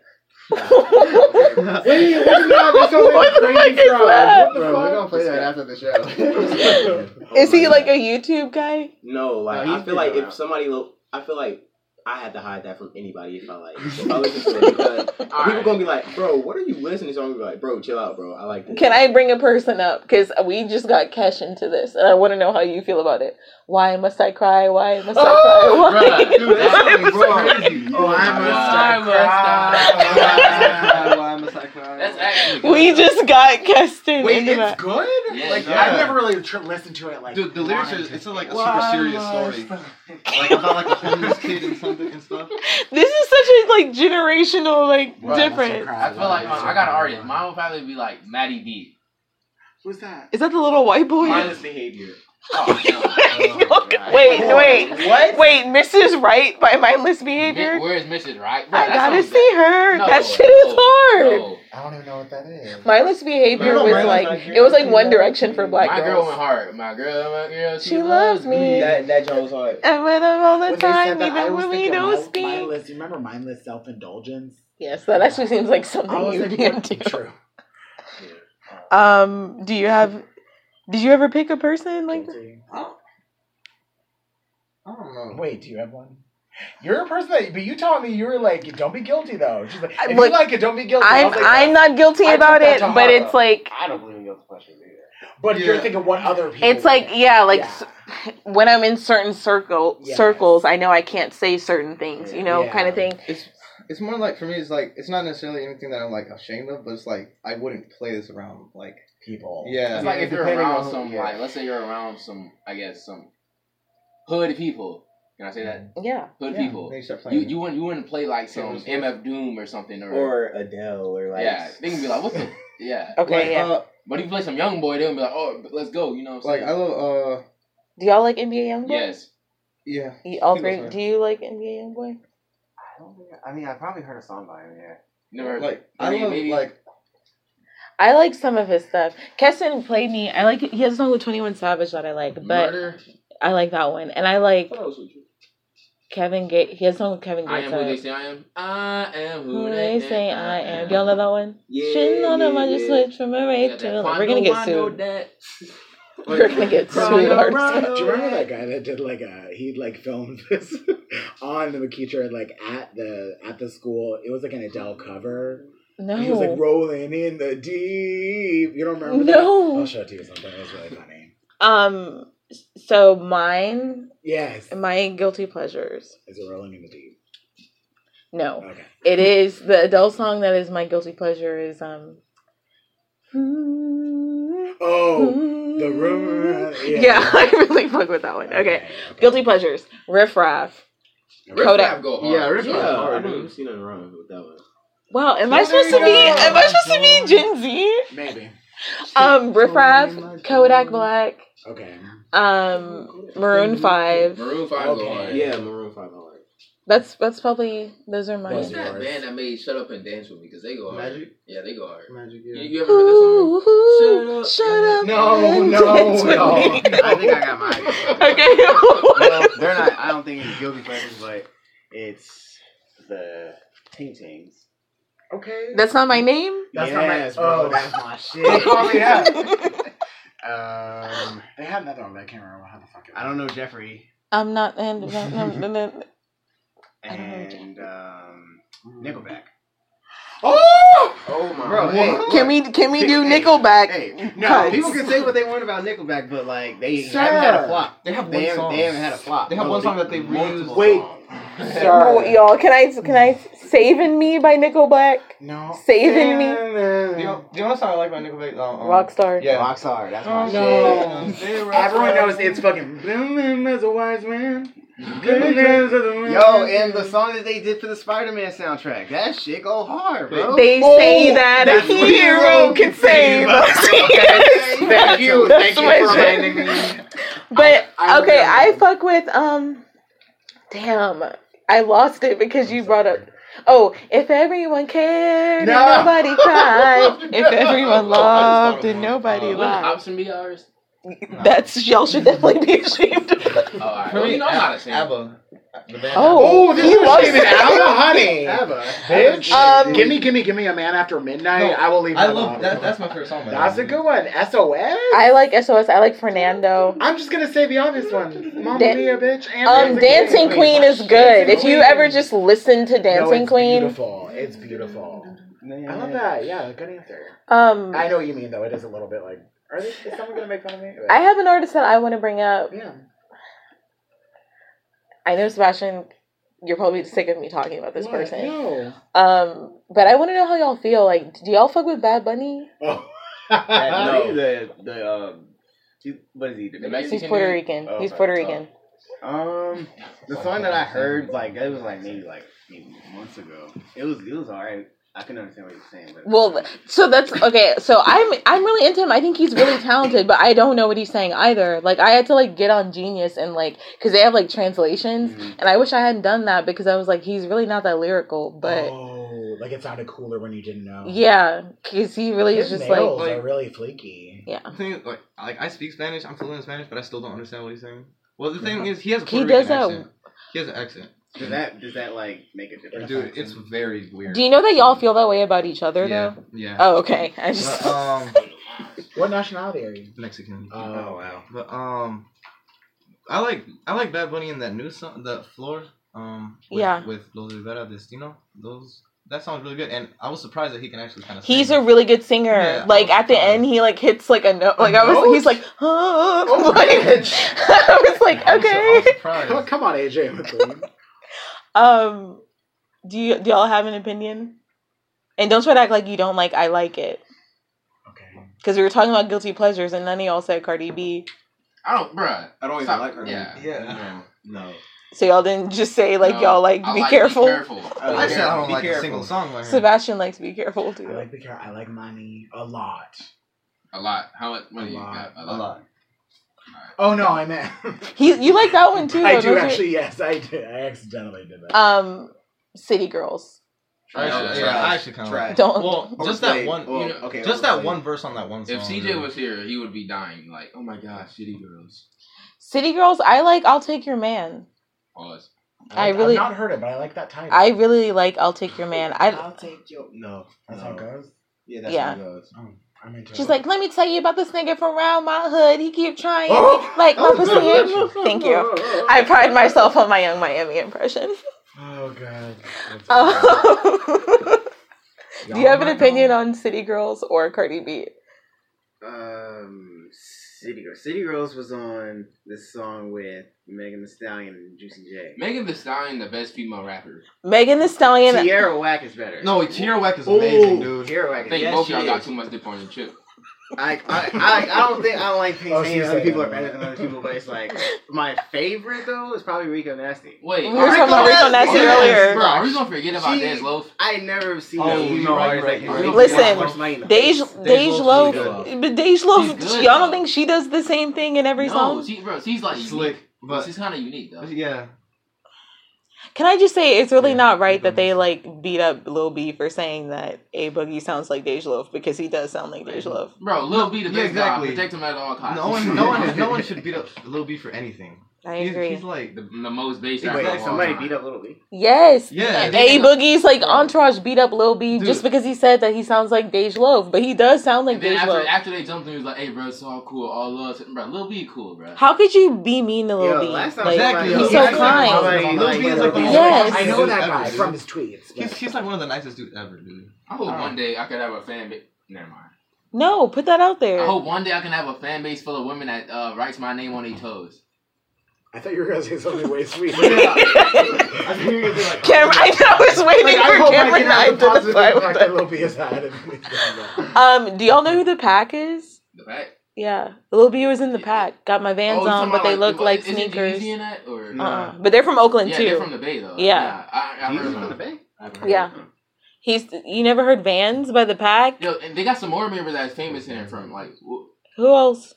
S1: (laughs)
S2: Hey, look at that. That sounds like
S1: What the
S2: crazy
S1: fuck is
S2: crowd.
S1: that?
S2: What the
S6: Bro, we're gonna
S2: fuck?
S6: play that after the show.
S1: Is
S4: Oh
S1: he
S4: my
S1: like
S5: (laughs)
S4: God.
S1: a YouTube guy?
S4: No, like
S6: No,
S4: I
S6: he's
S4: feel like
S6: been
S4: if
S6: around.
S4: somebody, lo- I feel like
S6: I had to hide that from anybody if I
S7: (laughs)
S6: like if I listen to it because people gonna be like, bro, what are you listening to? I'm gonna be like, bro, chill out, bro. I like this.
S1: Can I bring a person up? Because we just got cash into this, and I want to know how you feel about it. Why must I cry? Why must I cry? Why?
S3: Oh!
S1: (laughs)
S3: Bruh, dude,
S1: Why
S3: that's
S1: must I cry?
S7: Oh, I
S3: my
S7: must
S3: God.
S7: I
S3: I
S7: cry. Why must I cry?
S3: That's actually good.
S1: We just got cashed in.
S2: Wait,
S1: into
S2: it's
S1: that.
S2: good.
S3: Yeah,
S2: like
S5: yeah.
S2: I've never really tr- listened to it. Like
S5: Dude, the lyrics
S2: wanted
S5: are-
S2: to.
S5: it's like a
S2: Why
S5: super serious
S2: must
S5: story.
S2: I-
S5: Like about like a homeless kid and something and stuff.
S1: This is such a like generational like
S5: Right,
S1: difference.
S2: Why must
S3: I feel like
S2: cry?
S5: uh,
S3: um, I got an artist. Mine would probably be like Maddie B.
S2: Who's that?
S1: Is that the little white boy? (laughs)
S3: Mindless behavior. Oh no.
S1: wait, wait,
S3: What?
S1: wait! Mrs. Right by mindless behavior.
S3: Mi- Where is Mrs. Right? Oh, Bruh,
S1: I
S3: that
S1: gotta
S3: song's
S1: see her.
S3: No,
S1: that shit is
S3: no,
S1: hard.
S3: no.
S7: I don't even know what that is.
S1: Mindless behavior
S7: Remember
S1: was
S7: Mindless
S1: like
S7: Behavior?
S1: it was like One Direction for black
S3: My girl
S1: girls.
S3: went hard. My girl, my girl, she,
S1: She loves me.
S6: That that joke was hard.
S1: And with them all the
S2: When they said
S1: time,
S2: that, I
S1: even
S2: was
S1: when we
S2: thinking
S1: don't
S2: mind-
S1: speak.
S2: Mindless. You remember mindless self indulgence?
S1: Yes, that actually seems like
S2: I
S1: something
S2: was
S1: you'd be
S2: thinking
S1: into.
S2: true.
S1: Um, do you have? Did you ever pick a person like? that?
S2: Guilty.
S5: I don't know.
S2: Wait, do you have one? You're a person that, but you told me you were like, don't be guilty though. She's like,
S1: I-
S2: if
S1: look,
S2: you like it, don't be guilty. I
S1: I'm
S2: was like,
S1: I'm not guilty
S2: I took
S1: about
S2: that
S1: it,
S2: to
S1: but
S2: heart,
S1: it's
S2: though.
S1: like
S7: I don't believe in guilt pleasures either.
S2: But you're
S5: Yeah.
S2: thinking what other people.
S1: it's like
S2: think.
S1: yeah, like
S2: Yeah.
S1: s when I'm in certain circle
S2: Yes.
S1: circles, I know I can't say certain things, you know,
S2: Yeah.
S1: kind of thing.
S5: It's it's more like for me. It's like it's not necessarily anything that I'm like ashamed of, but it's like I wouldn't play this around. Like
S2: people.
S5: yeah,
S3: It's like if you're
S5: depending
S3: around
S5: on-
S3: some,
S5: yeah.
S3: like, let's say you're around some, I guess, some hood people. Can I say that?
S1: Yeah,
S3: Hood
S5: Yeah,
S3: people.
S5: then you start
S3: You
S5: playing.
S3: you wouldn't you wouldn't play like
S5: Yeah, it
S3: some
S5: was-
S3: MF Doom or something or,
S6: Or Adele or like
S3: yeah. They can be like, what the yeah.
S1: okay,
S5: like,
S1: yeah.
S5: uh,
S3: But if you play some young boy, they'll be like, oh, let's go. You know what I'm
S5: like
S3: saying?
S5: I love uh
S1: do y'all like NBA Youngboy?
S3: yes.
S5: yeah.
S1: You, all
S5: He
S1: three.
S5: goes hard.
S1: Do you like NBA Youngboy?
S7: I don't think. I mean, I probably heard a song by him. Yeah.
S3: Never.
S5: Like I
S3: Maybe-
S5: love
S3: maybe-
S5: like
S1: I like some of his stuff. Keston played me. I like he has a song with Twenty One Savage that I like, but
S3: murder.
S1: I like that one, and I like
S6: What else would you-
S1: Kevin Gates. He has a song with Kevin
S3: I
S1: Gates.
S3: am
S1: that
S3: who they say I am. I am who,
S1: Who they say I am. Y'all know that one?
S6: Yeah,
S1: Shitting on him, I
S6: yeah,
S1: just
S6: yeah.
S1: switched from a rape to a love. We're gonna get sued. We're
S5: like,
S1: gonna get
S2: Bro,
S1: sued.
S2: no,
S1: hard.
S2: (laughs) Do you remember that guy that did like a he like filmed this (laughs) on the Makitra like at the at the school? It was like an Adele cover.
S1: No.
S2: He was like rolling in the deep. You don't remember that? I'll
S1: No.
S2: show it to you sometime. It was really funny.
S1: Um. So mine,
S2: Yes.
S1: my guilty pleasures.
S2: Is it rolling in the deep?
S1: No,
S2: Okay.
S1: it is the adult song that is my guilty pleasure is um.
S2: Oh, the room.
S1: Mm-hmm. Yeah. (laughs) I really fuck with that one. Mm-hmm. Okay. Guilty pleasures. Riff raff. Kodak.
S3: Kodak go hard.
S5: yeah. Riff
S6: Yeah,
S5: yeah.
S6: I
S5: Hard,
S6: don't
S5: dude.
S6: see nothing wrong with that one.
S1: Wow, am I supposed to be am I supposed to be Gen Z?
S2: Maybe.
S1: Um Riff Raff, Kodak Black,
S2: Okay.
S1: um Maroon 5.
S3: Maroon Five go
S2: Okay.
S3: hard.
S6: Yeah, Maroon Five. all right.
S1: That's that's probably those are
S3: What's
S1: mine.
S2: Those
S3: that
S2: yours.
S3: band that made "Shut Up and Dance with Me" because they go hard.
S5: Magic?
S3: Yeah, they go hard.
S5: Magic.
S3: You,
S5: Yeah.
S3: you ever heard
S1: Ooh,
S3: that song?
S1: ooh, shut up. (laughs)
S5: No,
S1: and
S5: no,
S1: dance with
S5: no.
S1: me.
S5: (laughs)
S7: I think I got mine.
S1: Okay. (laughs)
S7: well, they're not. I don't think it's guilty pleasures, but it's the Ting Tings.
S2: Okay.
S1: That's not my name?
S2: That's not my-
S7: yes, bro.
S2: oh.
S7: That's my
S2: They
S7: shit.
S1: (laughs)
S2: call me that.
S7: Um,
S2: They had another one, but I can't remember how the fuck it was.
S7: I don't know Jeffrey
S1: I'm not and no, no, no, no. I don't know
S7: and um, Nickelback.
S2: Oh!
S6: Oh my.
S7: Bro, hey,
S5: What?
S1: Can we can we do
S7: Hey,
S1: Nickelback?
S7: Hey, no,
S1: Cuts.
S7: people can say what they want about Nickelback, but like they
S2: Sir.
S7: haven't had a flop.
S5: They have one
S7: They haven't,
S5: song.
S7: they haven't had a flop.
S5: They have
S7: No,
S5: one song that they
S7: multiple
S5: reused.
S2: Wait.
S7: songs.
S1: Oh, y'all, can I can I saving me by Nickelback?
S2: No.
S1: Saving me.
S5: The
S2: me.
S5: the only song I like by Nickelback,
S7: Oh.
S5: um, um,
S1: Rockstar.
S5: Yeah.
S7: Rock star. That's my
S2: Oh,
S7: shit.
S2: no. Everyone
S5: Everyone
S2: knows it's fucking. Blooming as a wise man. Goodness as a man.
S7: Yo, and the song that they did for the Spider Man soundtrack, that shit go hard, bro.
S1: They say that a
S7: Oh, that's what
S1: hero
S7: hero
S1: can
S7: can
S1: save us. Yes,
S7: Thank
S1: that's- (laughs)
S7: you,
S1: that's
S7: thank you
S1: my
S7: for
S1: shit.
S7: reminding me.
S1: But
S2: I- I
S1: okay, I
S2: remember.
S1: fuck with um. Damn, I lost it because you brought up. Oh, if everyone cared,
S7: No.
S1: and nobody cried.
S7: (laughs)
S1: If everyone
S5: No, I just
S1: loved,
S5: thought of
S1: and
S5: one.
S1: nobody
S5: Uh,
S3: Wouldn't
S1: lied.
S3: Hobson be ours?
S1: That's y'all should definitely be ashamed. of
S3: (laughs) Oh, all
S7: (laughs)
S3: right.
S5: For
S3: Well,
S5: me,
S3: you know, I'm not a singer.
S5: ABBA.
S1: Oh,
S2: Oh, this
S1: he
S2: bitch
S1: loves
S2: came in
S1: that.
S2: Abba Honey.
S6: Abba.
S2: Bitch.
S1: Um,
S2: gimme, gimme, gimme a man after midnight.
S5: No,
S2: I will leave.
S5: I
S2: Abba
S5: love
S2: Honey.
S5: that. That's my favorite song. by
S2: That's a
S5: them.
S2: good one. SOS.
S1: I like SOS. I like Fernando.
S2: I'm just gonna say the honest one. Mama
S1: Da-
S2: Mia, bitch. And
S1: Um, Dancing Queen is good. If you ever just listen to
S2: No,
S1: Dancing
S2: it's
S1: Queen,
S2: Beautiful. It's beautiful. I love that. Yeah, good answer.
S1: um,
S2: I know what you mean though. It is a little bit like. Are they, is someone gonna make fun of me?
S1: I have an artist that I want to bring up.
S2: Yeah.
S1: I know Sebastian, you're probably sick of me talking about this
S2: What?
S1: person.
S2: No.
S1: Um, but I want to know how y'all feel. Like, do y'all fuck with Bad Bunny?
S2: (laughs) Oh.
S6: That,
S8: No.
S6: no. The, the, um, he, what is he? The
S3: Mexican
S1: He's Puerto
S3: dude?
S1: Rican.
S6: Oh,
S1: He's
S6: okay.
S1: Puerto
S6: Oh.
S1: Rican.
S6: Um, the song that I heard, like it was like maybe like maybe months ago. It was it was alright. I can understand what you're saying, but
S1: Well, so that's okay. So I'm I'm really into him. I think he's really talented, but I don't know what he's saying either. Like I had to like get on Genius and like because they have like translations,
S6: Mhm.
S2: Mm-hmm.
S1: and I wish I hadn't done that because I was like he's really not that lyrical, but
S2: Oh, like it sounded cooler when you didn't know.
S1: yeah, because he really
S2: Oh. His
S1: is just
S2: nails
S1: like
S2: are really flaky.
S5: The thing is, like, like I speak Spanish. I'm fluent in Spanish, but I still don't understand what he's saying. Well, the thing is, he has a
S1: He
S5: Puerto
S1: does
S5: Rican
S1: that-
S5: accent. He has an accent,
S6: does that does that like make a difference?
S5: dude. It's very weird.
S1: Do you know that y'all feel that way about each other
S5: yeah,
S1: though?
S5: yeah.
S1: Oh, okay. I just (laughs)
S5: But,
S2: Uh,
S5: um,
S2: What nationality are you?
S5: Mexican.
S2: Oh,
S5: wow. But um, I like I like Bad Bunny in that new song, the floor. Um, with,
S1: Yeah.
S5: With Los Rivera Destino, those that sounds really good, and I was surprised that he can actually kind of.
S1: he's a really good singer.
S5: Yeah, I
S1: like
S5: was
S1: at the
S5: surprised.
S1: end, he like hits like a note. Like I was,
S2: note?
S1: he's like, huh.
S2: Oh my
S1: (laughs) like,
S2: gosh.
S1: I was like, okay. (laughs)
S2: Come, come on, AJ. McLean.
S1: Um, do you do y'all have an opinion? And don't try to act like you don't like I like it
S2: okay.
S1: because we were talking about guilty pleasures and none of y'all said Cardi B,
S3: I don't, bruh.
S8: I don't even
S3: Stop.
S8: like her.
S3: Yeah.
S5: Yeah.
S9: No.
S1: so y'all didn't just say like
S3: No.
S1: y'all like
S3: I
S1: be
S3: like,
S1: careful.
S3: Be careful.
S5: I
S8: Be
S5: said I don't
S8: Be
S5: like
S8: careful.
S5: a single song by her.
S1: Sebastian likes be careful
S2: I
S1: too.
S2: like because I like money a lot.
S3: A lot. How much money
S2: A
S3: Oh, you
S2: lot.
S3: got?
S5: a lot.
S2: Oh no, I
S1: (laughs)
S2: meant.
S1: He you like that one too.
S2: I
S1: though,
S2: do
S1: don't you?
S2: actually. Yes, I do. I accidentally did that.
S1: Um, City Girls.
S5: I
S3: No,
S5: actually, yeah,
S3: trash.
S5: I actually kind of.
S8: Trash.
S5: Like.
S1: Don't.
S5: Well,
S8: Overplayed.
S5: just that one.
S8: Well,
S5: you know,
S8: okay,
S5: just that
S8: overplayed.
S5: one verse on that one song.
S3: If CJ
S5: really.
S3: was here, he would be dying. Like, oh my god, shitty girls.
S1: City Girls. I like. I'll take your man.
S3: Pause.
S1: I
S2: like-
S1: really-
S2: I've not heard it, but I like that title.
S1: I really like. I'll take your man. I.
S9: I'll take your no.
S2: That's
S9: no.
S2: how it goes.
S9: Yeah, that's
S1: Yeah.
S9: how it goes.
S2: Oh, I'm into
S1: She's
S2: it.
S1: like, let me tell you about this nigga from round my hood. He keep trying.
S2: Oh!
S1: Like my
S2: Oh,
S1: pussy. Thank you.
S2: (laughs)
S1: I pride myself on my young Miami impression.
S2: Oh god.
S1: Um, (laughs) do you have an
S2: Y'all
S1: opinion
S2: know.
S1: on City Girls or Cardi B?
S6: Um, City Girls. City Girls was on this song with Megan Thee Stallion and Juicy J.
S3: Megan Thee Stallion, the best female rapper.
S1: Megan Thee Stallion.
S6: Tierra Whack is better.
S5: No, Tierra Whack is amazing, dude.
S6: Tierra Whack.
S3: I
S6: Is,
S3: think
S6: yes,
S3: both
S6: she
S3: y'all got
S6: is.
S3: too much dip on your chip.
S6: I, I, I, I don't think I don't like
S2: Oh,
S6: saying
S2: she's
S6: other
S2: saying
S6: people
S2: that.
S6: are better than other people, but it's like my favorite though is probably Rico Nasty.
S3: Wait,
S1: We were talking about Rico Nasty earlier.
S3: Bro, are we gonna forget about
S6: She-
S3: Dance Loaf?
S6: I ain't never seen
S5: Oh,
S6: that
S5: no,
S6: movie.
S5: you're
S6: right,
S5: right,
S6: right,
S5: you're
S6: right.
S1: right. Listen, Dej Dej
S5: Dej
S1: Loaf,
S5: Loaf.
S1: but Dej Loaf,
S3: She's
S1: y'all
S3: good,
S1: don't
S3: though.
S1: think she does the same thing in every
S3: No,
S1: song?
S3: she, bro, she's like
S5: slick,
S3: unique.
S5: but
S3: she's kind of unique though.
S5: yeah,
S1: Can I just say it's really
S5: Yeah,
S1: not right
S5: Rico
S1: that they like beat up Lil B for saying that A Boogie sounds like Dej Loaf because he does sound like Dej Loaf.
S3: Bro, Lil B the
S5: Yeah,
S3: best
S5: exactly.
S3: guy. Protect him at all costs.
S5: no
S3: (laughs)
S5: one, no one, no one should beat up Lil B for anything.
S1: I
S5: he's,
S1: agree.
S5: He's like,
S3: the, the most bass rapper.
S6: Wait,
S3: of all
S6: somebody
S3: time.
S6: beat up Little B.
S1: yes.
S5: yeah,
S1: A Boogie's like
S5: Bro.
S1: entourage beat up Lil B
S5: Dude.
S1: just because he said that he sounds like Dej Loaf, but he does sound like
S3: And then
S1: Dej
S3: after,
S1: Loaf.
S3: after they jumped in, he was like, "Hey, bro, it's all cool, all love." Bro, Lil B cool, bro.
S1: How could you be mean to Lil
S6: Yo,
S1: B?
S6: last time
S1: Like,
S5: exactly.
S1: he's
S5: yeah,
S1: so kind.
S5: Lil B is like the most
S1: Yes.
S5: nicest
S2: I know
S5: dude
S2: that
S5: ever,
S2: guy
S5: dude.
S2: from his tweets.
S5: He's,
S2: but-
S5: he's like one of the nicest dudes ever, dude.
S3: I hope one day I could have a fan base. Never mind.
S1: No, put that out there. (laughs)
S3: I hope one day I can have a fan base full of women that uh, writes my name on their toes.
S2: I thought you were gonna say something
S5: (laughs)
S2: way sweet. (laughs)
S1: Cameron, I know I was
S2: Like,
S1: waiting
S2: I
S1: for
S2: hope I
S1: Cameron
S2: can
S1: to
S2: have the positive impact
S1: identify with
S2: that
S1: that.
S2: Lil B has had. in me.
S1: Um, do y'all know who the pack is?
S3: The back.
S1: Yeah, Lil B was in the pack. Got my Vans
S3: Oh, you talking
S1: on, but
S3: about,
S1: they look
S3: well,
S1: like
S3: isn't
S1: sneakers.
S3: Jeezy in that or
S1: Uh-uh. But they're from Oakland
S3: yeah,
S1: too.
S3: they're from the Bay though.
S1: Yeah.
S3: I, I heard
S6: Jesus
S3: about
S6: from the
S3: them.
S6: Bay.
S3: I haven't heard
S1: yeah,
S3: about them.
S1: he's. You never heard Vans by the pack?
S3: Yo, and they got some more members that's famous in there from like wh-
S1: Who else?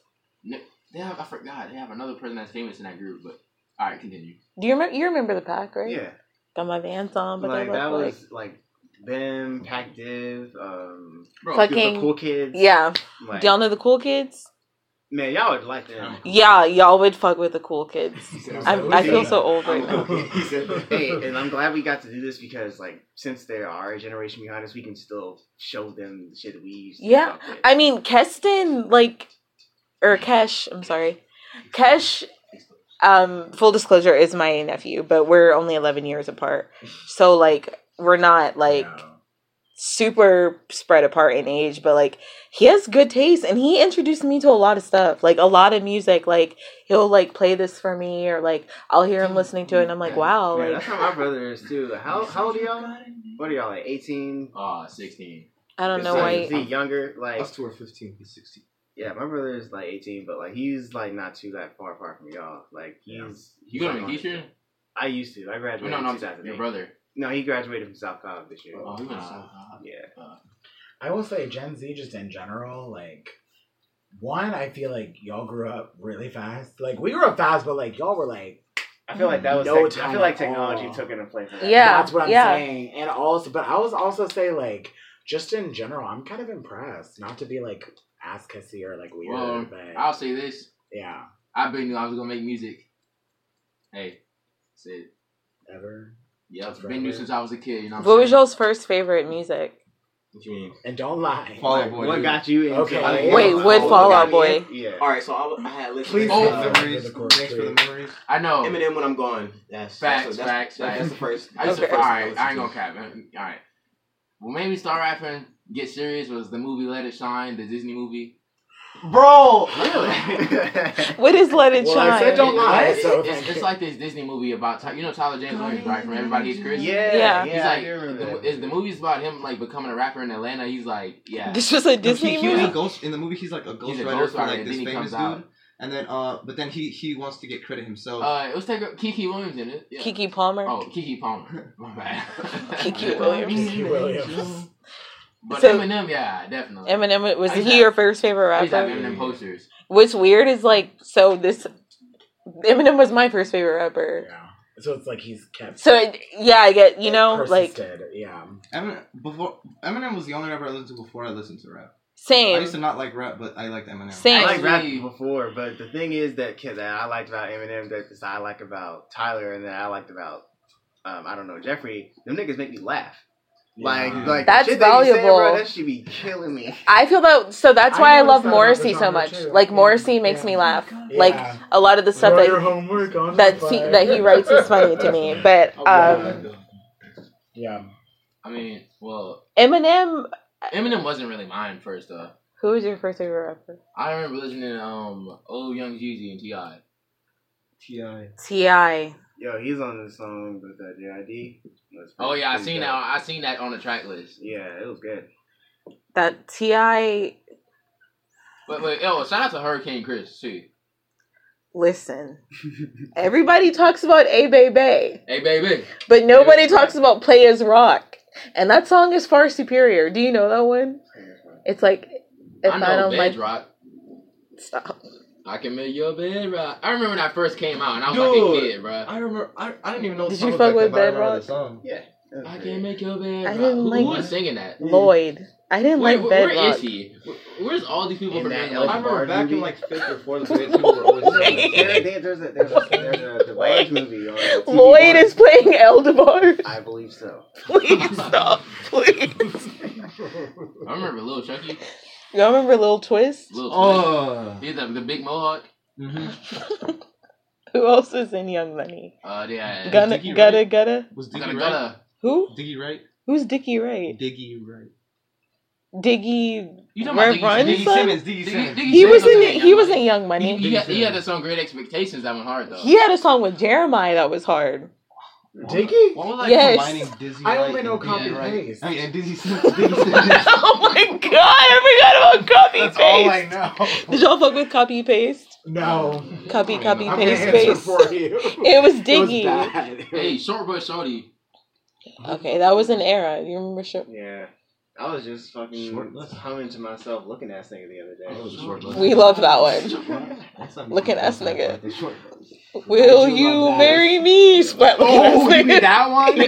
S3: they have I forgot they have another person that's famous in that group. But all right, continue.
S1: Do you remember? You remember the pack, right?
S6: Yeah,
S1: Got my Vans on, but
S6: like
S1: they look
S6: that
S1: like.
S6: was like them, Pac Div, um,
S3: Bro,
S1: Fuck
S6: the
S1: Fucking-
S6: cool kids.
S1: Yeah.
S6: like,
S1: Do y'all know the cool kids?
S6: Man, y'all would
S3: (laughs)
S6: like that.
S1: Yeah, y'all would fuck with the cool kids.
S6: (laughs)
S1: I'm, I feel so old right now.
S6: he said, hey, and I'm glad we got to do this because, like, since there are a generation behind us, we can still show them the shit that we used to
S1: Yeah,
S6: fuck with.
S1: I mean, Keston, like, or Kesh, I'm sorry. Kesh, um, full disclosure, is my nephew, but we're only 11 years apart. So, like, we're not, like, super spread apart in age, but, like, he has good taste and he introduced me to a lot of stuff, like, a lot of music. Like, he'll, like, play this for me or, like, I'll hear him listening to it and I'm like, wow, like,
S6: Man, that's how my brother is, too. How, how old are y'all? What are y'all, like, 18?
S3: Aw, 16.
S1: I don't know
S6: Is
S1: why.
S6: he- is he younger? Like,
S5: Us two are 15, he's 16.
S6: yeah, my brother is, like, 18, but, like, he's, like, not too that far apart from y'all. Like, he's...
S3: You go to
S6: he's, like, on-
S3: McGeecher?
S6: I used to. I
S3: No,
S6: graduated
S3: no,
S6: in
S3: no. Your
S6: 2008.
S3: brother.
S6: No, he graduated from South Cobb this year. Uh,
S3: Oh, we went to South
S6: Yeah.
S2: I will say Gen Z just in general, like one, I feel like y'all grew up really fast. Like we grew up fast, but like y'all were like
S6: I feel like that was.
S2: No
S6: tech- I
S2: time
S6: feel like
S2: at
S6: technology
S2: all.
S6: took it and played for that.
S1: Yeah,
S2: that's what I'm
S1: yeah.
S2: saying. And also but I was also say like just in general, I'm kind of impressed. Not to be like ass kissy or like weird,
S3: Well,
S2: but
S3: I'll say this.
S2: yeah.
S3: I bet knew I was going to make music. Hey, said, it.
S2: Ever.
S3: Yep.
S2: That's right,
S3: Been knew
S2: man.
S3: since I was a kid. You know what I'm
S1: What was
S3: saying?
S1: y'all's first favorite music?
S10: What you mean?
S2: And don't lie.
S5: Fall Out Boy.
S6: What
S5: dude.
S6: got you into?
S2: Okay.
S1: Wait, would Fall Out Boy?
S6: Yeah.
S10: All right, so I, I had listened.
S5: Please
S10: to,
S3: Oh,
S5: for
S10: uh,
S5: the memories. Thanks for the memories.
S3: I know.
S10: Eminem when I'm gone. That's
S3: Facts,
S10: that's, that's,
S3: facts,
S10: that's,
S3: facts.
S10: the first.
S3: I
S10: That's
S3: used
S10: the
S3: to, all
S10: first
S3: right, I ain't
S10: listen
S3: gonna cap. man. All right. What made me start rapping, get serious, was the movie Let It Shine, the Disney movie.
S6: Bro, really?
S1: What is Let It
S2: Well, I
S1: Shine?
S2: said don't lie.
S3: It's,
S2: so
S3: it's, it's like this Disney movie about Ty- you know Tyler James Orange, right? From Everybody Hates Chris.
S6: yeah,
S1: Yeah.
S6: yeah.
S3: He's
S6: I
S3: like,
S6: remember
S3: the,
S6: that.
S3: is the movie's about him like becoming a rapper in Atlanta. He's like, yeah,
S1: This was a
S5: No, he-
S1: Disney
S5: he was a
S1: movie?
S5: ghost in the movie. He's like a
S3: he's a
S5: ghostwriter
S3: ghost
S5: for
S3: writer,
S5: like
S3: and
S5: this
S3: then he
S5: famous
S3: comes
S5: dude.
S3: out.
S5: And then, uh, but then he he wants to get credit himself.
S3: Uh, it was take Kiki Williams in it. Yeah.
S1: Kiki Palmer.
S3: Oh, Kiki Palmer. My bad.
S1: Kiki Williams.
S2: Kiki Williams.
S3: But
S1: So-
S3: Eminem, yeah, definitely.
S1: Eminem was
S3: I used
S1: he
S3: to-
S1: your first favorite
S3: I used to have
S1: rapper?
S3: Eminem posters.
S1: What's weird is like so this Eminem was my first favorite rapper.
S2: yeah. So it's like he's kept
S1: So it, yeah, I get you know like
S2: persisted, yeah.
S5: Eminem before Eminem was the only rapper I listened to before I listened to rap. I used to
S1: same
S5: not like rap, but I liked Eminem.
S1: Same.
S6: (laughs) I like rap
S3: Actually-
S6: before, but the thing is that kid that I liked about Eminem, that is I like about Tyler, and that I liked about, um, I don't know, Jeffrey. Them niggas make me laugh. Like,
S5: Yeah.
S6: like
S1: That's
S6: shit that you saying, bro,
S1: valuable.
S6: that should be killing me.
S1: I feel that so that's
S2: I
S1: why I,
S2: noticed
S1: love
S2: that about the
S1: Morrissey so
S2: genre,
S1: much.
S2: too.
S1: Like
S2: Yeah.
S1: Morrissey makes
S2: Yeah.
S1: me laugh. Like
S2: Yeah.
S1: a lot of the stuff
S2: Draw
S1: that
S2: your homework on
S1: that
S2: the
S1: he,
S2: flag.
S1: that he writes is funny to me. But um
S2: Yeah.
S3: I mean, well,
S1: Eminem
S3: Eminem wasn't really mine first though.
S1: who was your first favorite rapper?
S3: I remember listening to um old Young Jeezy and Ti.
S5: Ti.
S1: T.I.
S6: Yo, he's on the song with that JID. That's
S3: Oh yeah, I
S6: pretty
S3: seen
S6: dope.
S3: that. I seen that on the track list.
S6: Yeah, it was
S11: (laughs)
S6: good.
S1: That T.I.
S3: But but yo, shout out to Hurricane Chris too.
S1: (laughs) Listen, everybody talks about A Bay Bay.
S3: Hey baby,
S1: But nobody
S3: Yeah.
S1: talks about Play as Rock. And that song is far superior. Do you know that one? It's like if
S3: I
S1: I,
S3: know
S1: don't like
S3: bed rock.
S1: stop.
S3: I can make your bed rock. I remember when I first came out and I was like a
S5: Dude.
S3: kid, bro.
S5: I remember. I, I didn't even know. the
S1: Did
S5: song
S1: you
S5: was
S1: fuck
S5: back then,
S1: with
S5: but I remember
S1: Bedrock?
S5: the song.
S6: Yeah. it was
S3: I
S6: pretty
S3: can make your
S1: I
S3: bed rock.
S1: didn't
S3: Who,
S1: like
S3: who was
S1: that.
S3: singing that?
S1: Lloyd. I didn't
S3: Wait,
S1: like
S3: wh-
S1: Bed
S3: where
S1: Rock. (laughs)
S3: is he? Wh- Where's all these people
S6: In
S3: from
S6: that
S3: Atlanta?
S6: Like
S5: I remember
S6: Bar
S5: back in
S6: movie?
S5: like fifth or (laughs) fourth grade, people were always singing.
S6: there, there, there's a there's a there's a Lloyd movie on TV
S1: Lloyd is playing (laughs) Eldebar.
S6: I believe so.
S1: Please stop. Please.
S3: I remember Lil Chucky.
S1: Y'all remember Lil Twist?
S3: Lil Twist.
S5: Oh.
S3: He's the, the big mohawk.
S5: Mhm.
S1: Who else is in Young Money?
S3: Uh, yeah.
S1: Gunna,
S5: Dickie,
S1: gutta,
S5: right?
S1: gutta.
S5: Was Diggy
S3: Gotta,
S5: right?
S3: gotta.
S1: Who?
S5: Diggy right?
S1: Who's Dickie Wright?
S5: Diggy right?
S1: Diggy.
S3: You talking about
S1: Where
S3: Diggy
S5: Diggy
S1: Brian-
S3: Simmons?
S5: Simmons. Diggy
S3: Diggy,
S5: Simmons.
S3: Diggy
S1: He was in.
S3: Simmons
S1: He was
S3: Young
S1: in Young
S3: Money.
S1: Money.
S3: He, had- he had that song Great Expectations. That went hard though.
S1: He had a song with Jeremiah that
S2: (laughs)
S1: was hard. (laughs)
S2: Diggy?
S5: What was like
S1: Yes.
S5: combining Dizzy
S2: I
S5: Wright
S2: only know
S5: and Diggy
S2: copy
S5: Wright?
S2: paste.
S5: I mean, and Dizzy Simmons.
S1: (laughs)
S5: Diggy (laughs) Simmons.
S1: oh my god, I forgot about copy
S2: That's all I
S1: paste.
S2: know.
S1: Did y'all fuck with copy paste?
S2: No.
S1: Copy, copy,
S2: I'm
S3: I'm
S2: gonna
S1: paste,
S2: answer
S1: paste.
S2: for you.
S1: (laughs) It was
S2: It was
S1: Diggy.
S2: bad.
S3: (laughs) Hey, short but shorty.
S1: okay, that was an era. You remember sure?
S6: Yeah. I was just fucking
S5: Short list.
S6: humming to myself looking at this nigga the other
S5: That was a
S6: day.
S5: short list.
S1: We love that
S2: (laughs)
S1: one.
S5: That's not-
S1: Look at us,
S5: that's
S1: nigga.
S5: not- that's short.
S1: Will
S2: Did you
S1: you
S2: love that? Oh,
S1: marry me? Splat- (laughs)
S3: Oh, you mean that one?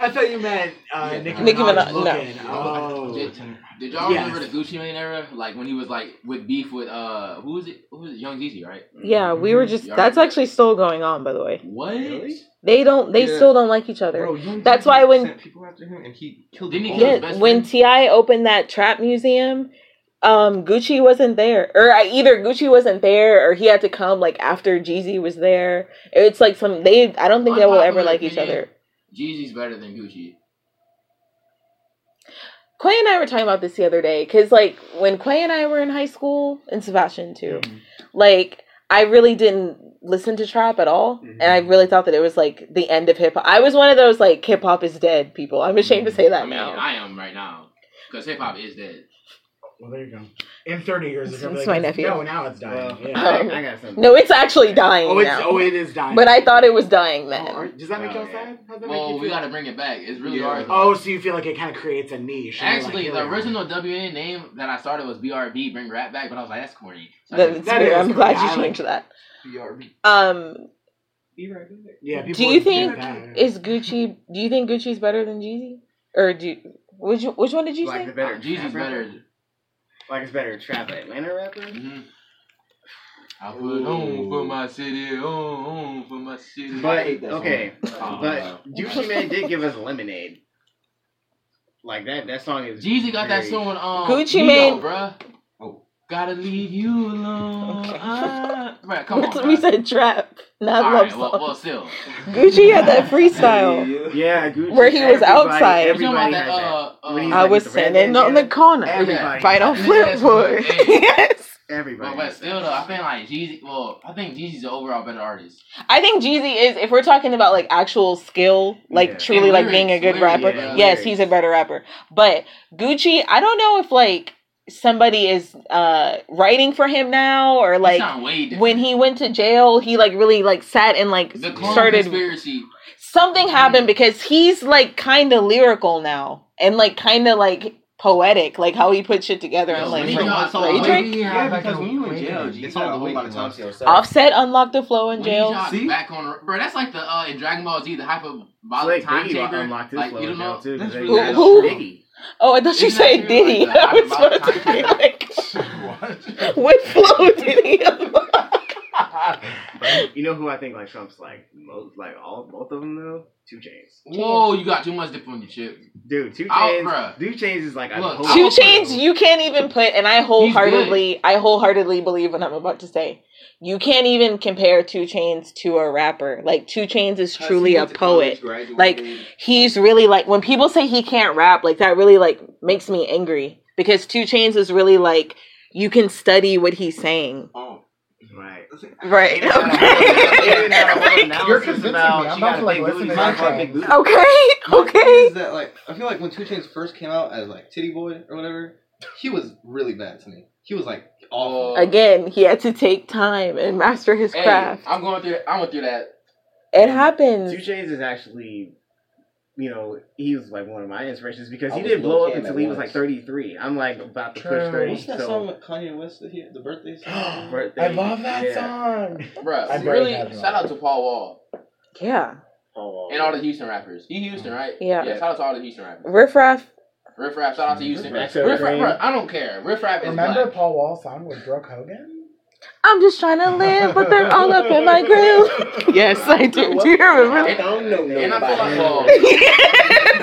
S11: I thought you meant uh,
S5: Yeah,
S11: Nicki
S1: Nicki
S11: Minaj.
S1: Minaj, no.
S11: looking.
S3: Yeah.
S11: Oh,
S3: Did y'all
S11: Yes.
S3: remember the Gucci Mane era? Like when he was like with beef with uh who was it? Who was it? Young Jeezy, right?
S1: Yeah, we were just.
S3: Y'all
S1: That's
S3: remember-
S1: actually still going on, by the way.
S3: What?
S2: Really?
S1: They don't. They
S2: Yeah.
S1: still don't like each other.
S5: Bro, Young
S1: That's
S5: Jeezy
S1: why when-
S5: sent people after him and he killed
S3: Didn't he
S5: all
S3: kill his
S5: of them.
S1: yeah,
S3: best
S1: when
S3: friend?
S1: Ti opened that trap museum, um, Gucci wasn't there, or I, either Gucci wasn't there, or he had to come like after Jeezy was there. It's like some they. I don't think they will ever
S3: Unpopular
S1: like each
S3: opinion.
S1: other.
S3: Jeezy's better than Gucci.
S1: Quay and I were talking about this the other day because, like, when Quay and I were in high school, and Sebastian too,
S11: Mm-hmm. Hmm.
S1: like, I really didn't listen to trap at all, and
S11: Mm-hmm.
S1: I really thought that it was like the end of hip hop. I was one of those like hip hop is dead people. I'm ashamed to say
S3: I
S1: that
S3: mean,
S1: now.
S3: I am right now because hip hop is dead.
S11: well, there you go. In 30 years, it's gonna be
S1: It's
S11: like,
S1: my nephew.
S11: No, now it's dying.
S2: Well,
S11: yeah.
S1: (laughs) Oh.
S2: I, I got something.
S1: no, it's actually dying
S11: Oh, it's,
S1: now,
S11: oh, it is dying.
S1: but I thought it was dying
S11: Oh, are-
S1: then.
S11: does that make
S2: Oh,
S11: y'all
S2: yeah.
S11: sad? How's that make
S3: Well,
S11: you
S3: we
S11: feel?
S3: gotta bring it back. It's really
S2: Yeah.
S3: hard.
S11: Oh, so you feel like it kind of creates a niche. and you're like,
S3: Actually,
S11: here
S3: the
S11: we are.
S3: original WN name that I started was BRB, bring rap back, but I was like, that's corny. Uh, So
S1: (laughs)
S3: I
S1: That-
S3: didn't-
S11: That
S1: it's-
S11: is
S1: I'm glad
S11: correct. I
S1: you
S11: like-
S1: changed that.
S2: BRB.
S1: Um,
S2: Be right back.
S11: Yeah. People
S1: do you
S11: would
S1: think
S11: that.
S1: is Gucci? Do you think Gucci's better than Jeezy, or do which which one did you
S2: Like
S1: say?
S2: the better.
S3: Jeezy's
S2: trap rapper?
S3: better.
S2: Like it's better trap Atlanta rapper.
S3: hmm I put on for my city, on, on for my city.
S2: But
S6: hate that song.
S2: okay,
S3: Oh,
S2: but Gucci Man did give us Lemonade. Like that. That song is.
S3: Jeezy got that
S2: very-
S3: song on um,
S1: Gucci
S3: Neo,
S1: Mane-
S3: bruh.
S5: Oh.
S3: Gotta leave you alone.
S1: Okay. (laughs)
S3: Ah, bruh, come on,
S1: That's- we
S3: bruh.
S1: said trap, not
S3: All
S1: love
S3: right, well,
S1: song. (laughs)
S3: well, still.
S1: Gucci had that freestyle
S6: Yeah.
S2: Yeah, Gucci.
S1: Where he was
S2: everybody-
S1: outside.
S3: You know
S2: Everybody
S3: about that,
S2: has that.
S3: uh,
S2: When he's
S3: uh,
S1: I
S2: like
S1: was
S2: with the red
S1: standing
S2: man
S1: on the
S2: together.
S1: corner.
S2: Everybody.
S1: Final
S3: Yeah.
S1: flip wood.
S3: Yeah.
S1: (laughs) yes.
S2: Everybody.
S3: But, but still, though, I think like Jeezy. Well, I think Jeezy's the overall better artist.
S1: I think Jeezy is, if we're talking about like actual skill, like
S2: Yeah.
S1: truly
S3: And
S1: like
S3: lyrics,
S1: being a good
S3: lyrics,
S1: rapper,
S3: yeah,
S1: yes,
S2: lyrics.
S1: he's a better rapper. But Gucci, I don't know if like somebody is uh writing for him now or
S3: He
S1: like
S3: sound way different.
S1: when he went to jail, he like really like sat and like
S3: the clone
S1: started
S3: conspiracy.
S1: something happened because he's like kind of lyrical now and like kind of like poetic, like how he put shit together and
S3: No,
S1: like
S3: we
S1: from
S3: got
S1: Ray
S3: all-
S1: Drake.
S5: Yeah,
S6: Yeah, because when you in jail, G, you
S5: it's
S6: got
S5: all
S6: a
S5: the
S6: whole
S5: weight
S6: lot of time to yourself.
S1: Offset unlocked the flow in
S3: When
S1: jail.
S3: he shot
S5: See?
S3: back on, bro, that's like the uh, in Dragon Ball Z, the hyperbolic
S2: Slick
S3: time
S2: Biggie
S3: chamber.
S2: unlocked his
S3: like
S2: flow
S3: you don't know.
S2: account, too. 'cause
S3: that's
S2: they
S3: really
S2: got
S1: Who- who? (laughs)
S2: Biggie.
S1: Oh, I thought you
S3: Isn't that
S1: said
S3: your,
S1: Diddy. (laughs)
S3: like, the
S1: I was
S3: hyperbolic
S1: supposed to be
S3: time
S1: like,
S3: (laughs)
S1: what flow did he unlock?
S2: You know who I think like Trump's like most like all both of them though? Two Chains.
S3: Whoa, you got too much dip on your chip.
S2: Dude, Two
S3: Out,
S2: Chains.
S3: bruh.
S2: Two Chains is like a
S3: Look,
S2: whole-
S1: Two chains you can't even put, and I wholeheartedly, I wholeheartedly believe what I'm about to say. You can't even compare Two Chains to a rapper. Like Two Chains is truly a poet. Like, He's really like when people say he can't rap, like that really like makes me angry because Two Chains is really like you can study what he's saying.
S5: Oh. (laughs)
S2: Right.
S1: Right. (laughs)
S3: (laughs)
S1: Okay.
S5: You're convincing me. I'm about to, like, listen to that song.
S1: okay. Okay.
S5: Is that like I feel like when Two Chains first came out as like Titty Boy or whatever, he was really bad to me. He was like
S12: Oh.
S5: awful.
S1: Again, he had to take time and master his
S3: Hey,
S1: craft.
S3: I'm going through. I went through that.
S1: It happens.
S2: Two Chains is actually, you know, he was like one of my inspirations because
S6: I
S2: he
S6: was
S2: didn't blow
S6: Lil'
S2: up
S6: Kim
S2: until
S6: at
S2: he was like
S6: once.
S2: 33. I'm like about to
S11: True.
S2: push 30.
S6: What's that
S2: so
S6: song with Kanye West? that he- The birthday
S2: (gasps)
S6: song.
S2: birthday,
S11: I love that
S2: yeah.
S11: song. I
S3: Bruh,
S11: buried
S3: really,
S11: that one.
S3: shout out to Paul Wall
S1: Yeah.
S2: Oh,
S3: and all the Houston rappers. He Houston, right?
S1: Yeah.
S3: Yeah, shout out to all the Houston rappers.
S1: Riff Raff.
S3: Riff Raff, shout out
S11: Mm-hmm.
S3: to Houston.
S2: Riff
S3: Riff
S2: Raff.
S3: Raff, bruh, I don't care. Riff Raff is
S11: Remember
S3: black.
S11: Paul Wall's song with Brooke Hogan?
S1: I'm just trying to live, but they're all up (laughs)
S3: (laughs)
S1: in my grill. Yes, I do. Do you remember?
S3: And-
S6: don't know
S3: And I feel like,
S6: nobody.
S3: well,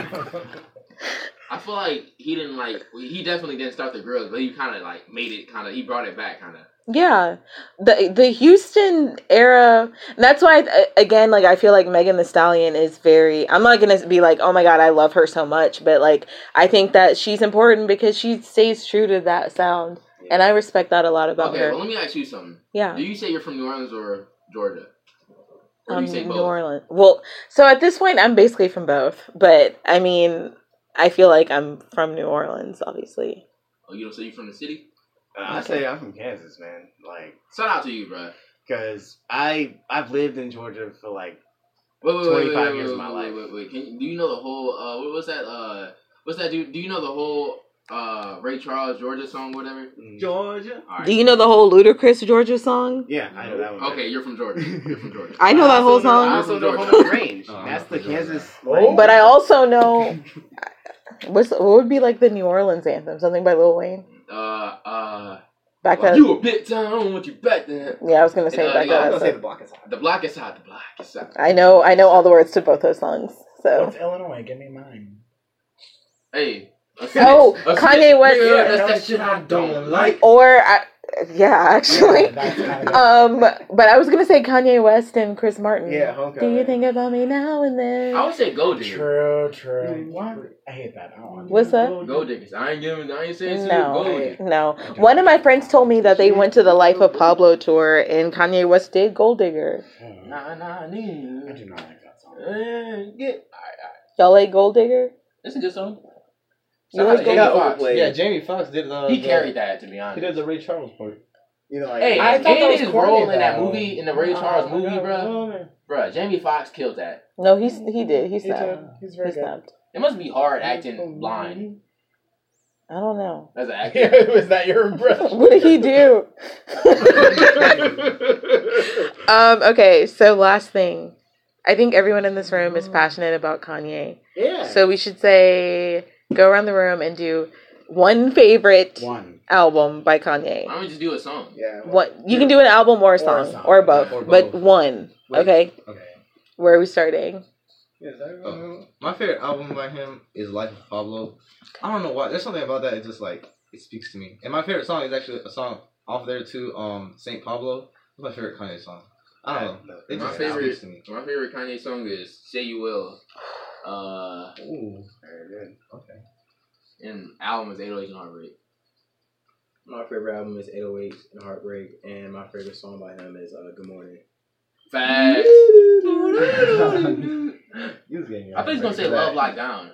S3: I feel like he didn't like. He definitely didn't start the grills, but he kind of like made it. Kind of, he brought it back. Kind of.
S1: (laughs) Yeah, the the Houston era. And that's why uh, again, like I feel like Megan The Stallion is very. I'm not gonna be like, oh my god, I love her so much, but like I think that she's important because she stays true to that sound, and I respect that a lot about
S3: Okay,
S1: her.
S3: well, let me ask you something.
S1: yeah,
S3: Do you say you're from New Orleans or Georgia? Or do
S1: um,
S3: you say
S1: New
S3: both?
S1: Orleans. Well, so at this point, I'm basically from both, but I mean, I feel like I'm from New Orleans, obviously.
S3: Oh, you don't say you're from the city?
S2: I say I'm from Kansas, man. Like,
S3: Shout out to you, bro.
S2: because I I've lived in Georgia for like
S3: Wait, wait, wait, wait,
S2: 25
S3: wait,
S2: years
S3: wait,
S2: of my
S3: wait,
S2: life.
S3: Wait, wait, Can you, do you know the whole? Uh, what was that? Uh, what's that? Do Do you know the whole uh, Ray Charles Georgia song, whatever?
S2: mm,
S12: Georgia.
S3: All right.
S1: Do you know the whole Ludacris Georgia song?
S6: Yeah, I know that one.
S3: Okay, you're from Georgia. You're from Georgia.
S1: (laughs) I know
S6: I
S1: that
S6: also
S1: whole
S6: know- I
S1: song,
S6: also
S3: Georgia.
S6: know Home Range.
S5: Oh,
S6: That's the
S5: okay.
S6: Kansas.
S5: Oh.
S1: but I also know what's what would be like the New Orleans anthem? Something by Lil Wayne.
S3: Uh, uh,
S1: Back
S3: well,
S1: that.
S3: you a bit down with your back then.
S1: Yeah, I was gonna say
S3: Uh,
S1: back
S3: yeah, I
S1: that.
S3: was
S1: up.
S6: block is hot.
S3: The block is hot. The block is hot.
S1: I know, I know all the words to both those songs. So,
S2: What's Illinois? Give me
S1: (laughs)
S2: mine.
S3: Hey. a snitch-
S1: oh,
S3: a
S1: Kanye
S3: snitch,
S1: West.
S3: nigga,
S2: yeah.
S3: That's that shit I don't like.
S1: Or, I, yeah, actually.
S2: Yeah, that's
S1: (laughs)
S2: kind of
S1: Um, but I was gonna say Kanye West and Chris Martin.
S6: Yeah, homecoming.
S1: Do you think about me now and then?
S3: I would say go
S2: good.
S3: digger.
S2: true, true. I hate that. I don't want to.
S1: What's that?
S3: Go diggers. I ain't giving. I ain't saying
S1: No.
S3: no. Go diggers.
S1: No. One of my friends told me that they went to the Life of Pablo tour and Kanye West did Gold Digger.
S2: Oh,
S3: Nah, nah,
S2: I
S3: nah.
S2: do not like that song.
S3: Eh, Get. Alright, alright.
S1: Y'all like Gold Digger?
S3: That's a good song.
S1: You
S3: Shout
S1: like
S3: out to
S13: Gold
S3: Jamie
S13: Digger?
S3: Foxx.
S13: Overplayed.
S3: Yeah,
S13: Yeah,
S12: Yeah, Jamie Foxx did uh, the.
S3: he carried that to be
S12: He
S3: honest.
S12: did the Ray Charles part.
S6: You know, like, Oh,
S3: Hey,
S2: I
S3: I
S2: thought that was
S3: his
S2: corny,
S3: role in that
S2: though.
S3: movie, in the Ray Charles movie, bruh.
S12: Oh,
S3: Bruh, Jamie Foxx killed that.
S1: No, he's he did. He
S2: He's,
S1: snapped.
S2: a, he's
S1: He
S2: very good.
S1: snapped.
S3: It must be hard acting blind
S1: I don't know. (laughs)
S3: (laughs) as an actor.
S2: Was that your impression?
S1: What did he do? (laughs) um, okay, so last thing. I think everyone in this room is passionate about Kanye.
S6: yeah.
S1: So we should say go around the room and do one favorite
S2: One.
S1: album by Kanye.
S3: I'm gonna just do a song.
S6: yeah.
S1: What you can do an album or a song or,
S2: song.
S1: both,
S5: Or
S1: but
S5: both.
S1: one.
S5: Wait.
S1: Okay,
S5: Okay.
S1: where are we starting?
S6: Yeah, is that right?
S5: Oh. My favorite album by him is Life of Pablo. I don't know why. There's something about that. It just like it speaks to me. And my favorite song is actually a song off there too. Um, Saint Pablo. It's my favorite Kanye song. I don't know. It
S3: My
S5: just
S3: favorite-
S5: speaks to (laughs) me.
S3: My favorite Kanye song is "Say You Will." (sighs) Uh,
S5: Ooh.
S6: Very good.
S5: Okay.
S3: and album is 808 and Heartbreak.
S13: My favorite album is 808 and Heartbreak, and my favorite song by him is uh, Good Morning.
S3: Facts.
S6: He was getting
S3: I think he's gonna say "Love Locked Down."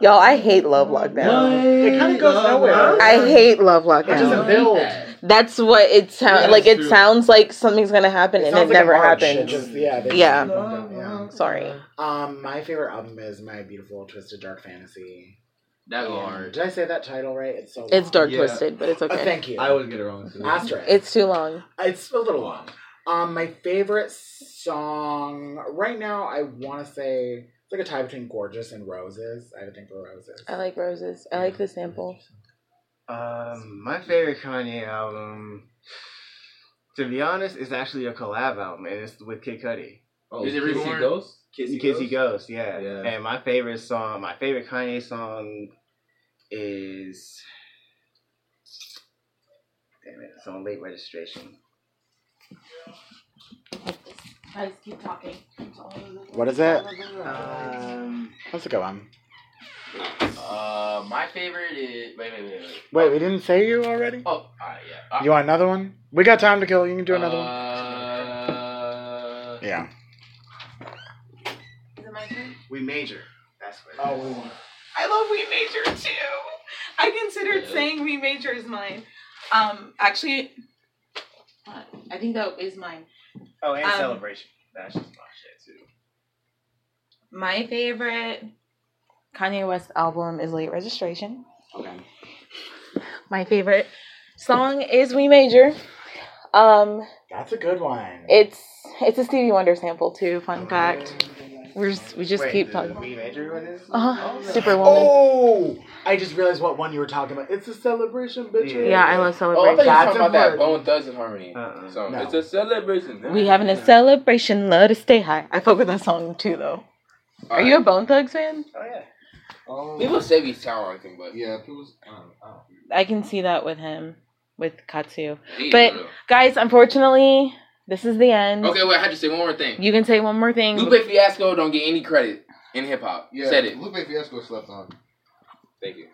S1: Y'all, I hate Love Lockdown.
S2: It kind of goes nowhere.
S1: I hate Love
S2: It
S3: I
S2: doesn't
S1: Lockdown.
S3: hate
S2: build.
S3: that.
S1: That's what it sounds
S5: Yeah,
S1: like. It
S5: that's true.
S1: sounds like something's gonna happen and
S2: sounds
S1: it
S2: like a
S1: never
S2: march. It
S1: happens.
S2: just- yeah. they just
S1: Yeah.
S2: keep on going, yeah.
S1: Sorry.
S2: Um, my favorite album is My Beautiful Twisted Dark Fantasy.
S3: That go
S2: And-
S3: hard.
S2: Did I say that title right? It's so.
S1: It's
S2: long.
S1: dark
S5: Yeah.
S1: twisted, but it's
S2: Oh,
S1: okay.
S2: thank you.
S5: I always get it wrong
S2: Mm-hmm.
S5: too.
S2: Asterisk.
S1: It's too long.
S2: It's a little long. Um, my favorite song right now, I want to say it's like a tie between "Gorgeous" and "Roses." I would think for "Roses."
S1: I like roses. I like the sample.
S6: Um, my favorite Kanye album, to be honest, is actually a collab album, and it's with Kid Cudi.
S5: Oh,
S3: Is it
S5: Kissy
S3: Reborn?
S5: Ghost?
S6: Kissy, Kissy Ghost, yeah.
S5: Yeah.
S6: And my favorite song, my favorite Kanye song, is. Damn it! It's on late registration.
S1: Guys, keep talking.
S2: What is it?
S6: Um,
S2: That's a good one.
S3: Uh, my favorite is wait, wait, wait, wait.
S2: Wait, we didn't say you already.
S3: Oh, all right, yeah.
S2: You want another one? We got time to kill. You can do another one.
S3: Uh,
S2: Yeah.
S6: we major. That's what.
S2: Oh, we want.
S1: I love We Major too. I considered
S3: Yeah.
S1: saying We Major is mine. Um, actually, uh, I think that is mine.
S6: Oh, and
S1: Um,
S6: celebration. That's just my shit too.
S1: My favorite Kanye West album is Late Registration.
S2: Okay.
S1: My favorite song is We Major. Um,
S2: That's a good one.
S1: it's it's a Stevie Wonder sample too. Fun fact. We're just, we just
S6: Wait,
S1: keep
S6: the
S1: talking.
S6: We major with this?
S1: Uh huh. Superwoman.
S2: Oh, I just realized what one you were talking about. It's a celebration, bitch.
S1: Yeah, I love
S3: oh, I thought you were
S1: celebration.
S3: talking
S2: That's
S3: about that
S2: important.
S3: Bone Thugs and Harmony.
S6: Uh-uh.
S3: So
S2: No.
S3: it's a celebration.
S1: We having a celebration. Love to stay high. I fuck with that song too though. Are you a Bone Thugs fan?
S6: Oh yeah.
S5: Oh.
S3: People say we sour, I think, but
S5: Yeah, people's. I don't know. I don't know.
S1: I can see that with him, with Katsu.
S3: He is
S1: But-
S3: real.
S1: Guys, unfortunately, this is the end.
S3: okay, wait, I have to say one more thing.
S1: You can say one more thing.
S3: Lupe Fiasco don't get any credit in hip hop.
S5: Yeah,
S3: Said it.
S5: Lupe Fiasco slept on.
S3: Thank you.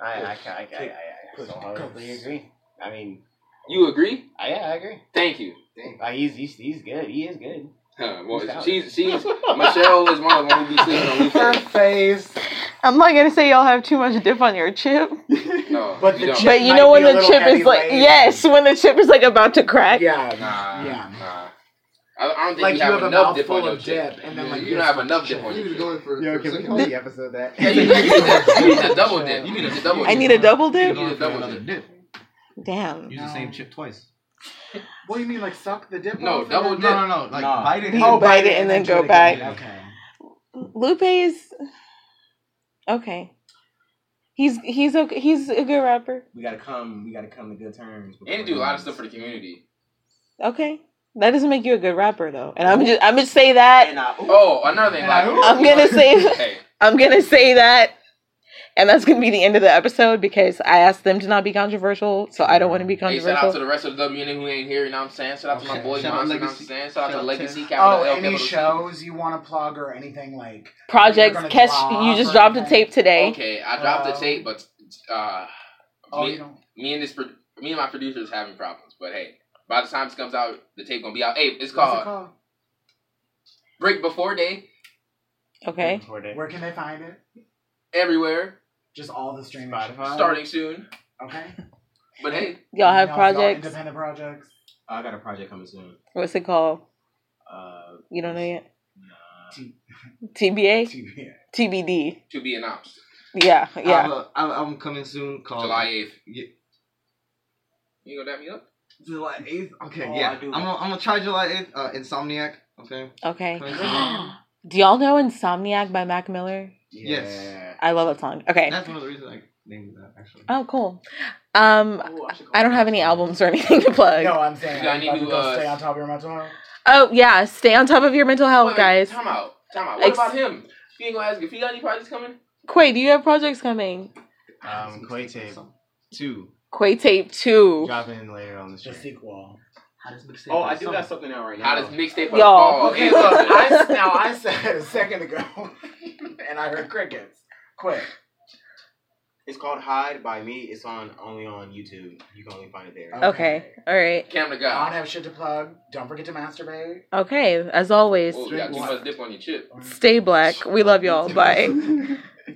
S6: I I I
S5: Push,
S6: I, I, I,
S5: kick,
S6: I
S5: push,
S6: wholeheartedly
S5: goes.
S6: agree. I mean,
S3: You agree?
S6: I, yeah, I agree.
S3: Thank you.
S6: Like he's he's he's good. He is good.
S3: Huh, well, she's she's Michelle is one of them who be sleeping on Lupe.
S6: face.
S1: I'm not gonna say y'all have too much dip on your chip,
S3: No,
S2: But
S3: you
S2: the
S3: don't.
S2: chip-
S1: but you
S2: might
S1: know
S2: be
S1: when
S2: a
S1: the
S2: little
S1: chip is
S2: heavy
S1: like
S2: laden.
S1: yes, when the chip is like about to crack.
S2: Yeah.
S3: Nah,
S2: Yeah.
S3: nah. I, I don't think
S2: like
S3: you have,
S2: a
S3: enough dip
S2: mouthful
S3: on your
S2: of dip,
S3: chip.
S2: and then
S3: Yeah,
S2: like
S3: you don't have enough dip on
S14: You need
S3: your
S14: to
S3: chip.
S14: go in for,
S2: Yo,
S14: for
S2: can we
S14: second
S2: call
S14: one.
S2: the episode that?
S3: Yeah, you, you, need a, you
S5: (laughs)
S3: need a double dip. You need a double
S1: I
S3: dip.
S1: need a double dip.
S3: You need a double
S5: Another
S3: dip.
S5: dip.
S1: Damn.
S5: Use the same chip twice.
S2: (laughs) What do you mean, like suck the dip?
S3: No,
S2: off and
S3: double
S2: then-
S3: dip.
S5: No, no, no. Like
S4: No.
S5: bite it.
S1: Oh,
S5: and-
S1: bite it and then
S2: do
S1: go
S2: it
S1: back.
S2: again. Okay.
S1: Lupe is okay. He's he's okay. He's a good rapper.
S4: We gotta come. We gotta come to good terms.
S3: And you do a lot of stuff for the community.
S1: Okay, that doesn't make you a good rapper though. And I'm just I'm gonna say that.
S4: And
S6: uh,
S4: I,
S3: Oh, another thing. Like,
S1: I'm gonna say
S3: Hey,
S1: I'm gonna say that. And that's gonna be the end of the episode because I asked them to not be controversial, so I don't want to be
S3: hey, shout out
S1: controversial.
S3: to the rest of the WNA who ain't here, you know what I'm saying? Shout out to my
S5: Okay.
S3: boys, you
S5: Shout
S3: know what
S5: out
S3: I'm saying?
S5: Legacy.
S3: Shout out to
S5: Shout out
S3: Legacy
S5: to-
S3: Capital
S2: Oh,
S3: L
S2: any
S3: Capital C.
S2: shows you want to plug or anything like? You're
S1: Projects,
S2: gonna
S1: Kesh,
S2: drop
S1: you just
S2: or
S1: dropped a
S2: anything?
S1: tape today.
S3: Okay, I dropped the
S2: Um,
S3: tape, but uh,
S2: Oh,
S3: me,
S2: you don't.
S3: me and this, pro- me and my producer is having problems. But hey, by the time this comes out, the tape gonna be out. Hey, it's
S2: What's it
S3: called
S2: called?
S3: Break Before Day.
S1: Okay,
S2: Where can they find it?
S3: Everywhere,
S2: Just all the streaming.
S6: Spotify.
S3: starting soon.
S2: Okay.
S3: But hey,
S1: y'all have
S2: Y'all- y'all
S1: projects.
S2: Independent projects.
S4: I got a project coming soon.
S1: What's it called?
S4: Uh,
S1: You don't know yet.
S4: nah.
S2: (laughs) (gasps)
S1: TBA,
S2: TV.
S1: TBD.
S3: to be announced,
S1: Yeah, yeah.
S5: uh,
S4: I have a album coming soon
S5: Oh.
S4: called
S3: July eighth.
S4: Yeah.
S3: You gonna dap me up?
S4: July 8th.
S5: Okay,
S4: Oh,
S5: yeah.
S4: I
S5: I'm
S4: do.
S5: gonna, I'm gonna try July 8th. Uh, Insomniac. Okay.
S1: Okay.
S5: Coming soon.
S1: Do y'all know Insomniac by Mac Miller?
S5: Yes.
S1: I love that song. Okay.
S5: That's one of the reasons I named it that actually.
S1: Oh, cool. Um,
S3: Ooh, should call
S1: I don't have any albums or anything to plug.
S2: No, I'm saying.
S3: Yeah, I
S2: I
S3: need
S2: need to
S3: to,
S2: go
S3: uh,
S2: stay on top of your mental health.
S1: Oh yeah, stay on top of your mental health,
S3: Wait,
S1: Oh, guys.
S3: Time out. Time out. What
S1: Ex-
S3: about him? He ain't gonna ask if he got any projects coming.
S1: Quay, do you have projects coming?
S6: Um, Quay Tape 2
S1: Quay Tape Two.
S6: dropping later on this
S2: The
S6: year.
S2: sequel.
S6: Oh, I do got something out right now.
S3: How does mixtape for
S2: (laughs)
S1: Y'all.
S3: the fall?
S2: Okay,
S3: Hey,
S2: look,
S3: look, I-
S2: I, now (laughs) I said a second ago, (laughs) and I heard crickets. Quick.
S6: It's called Hide by Me. It's on only on YouTube. You can only find it there.
S1: Okay. All right.
S3: Cam the
S2: I don't
S3: God.
S2: have shit to plug. Don't forget to masturbate.
S1: Okay. As always,
S3: Oh, you got too much dip on your chip. (laughs)
S1: stay black. We love y'all. Bye.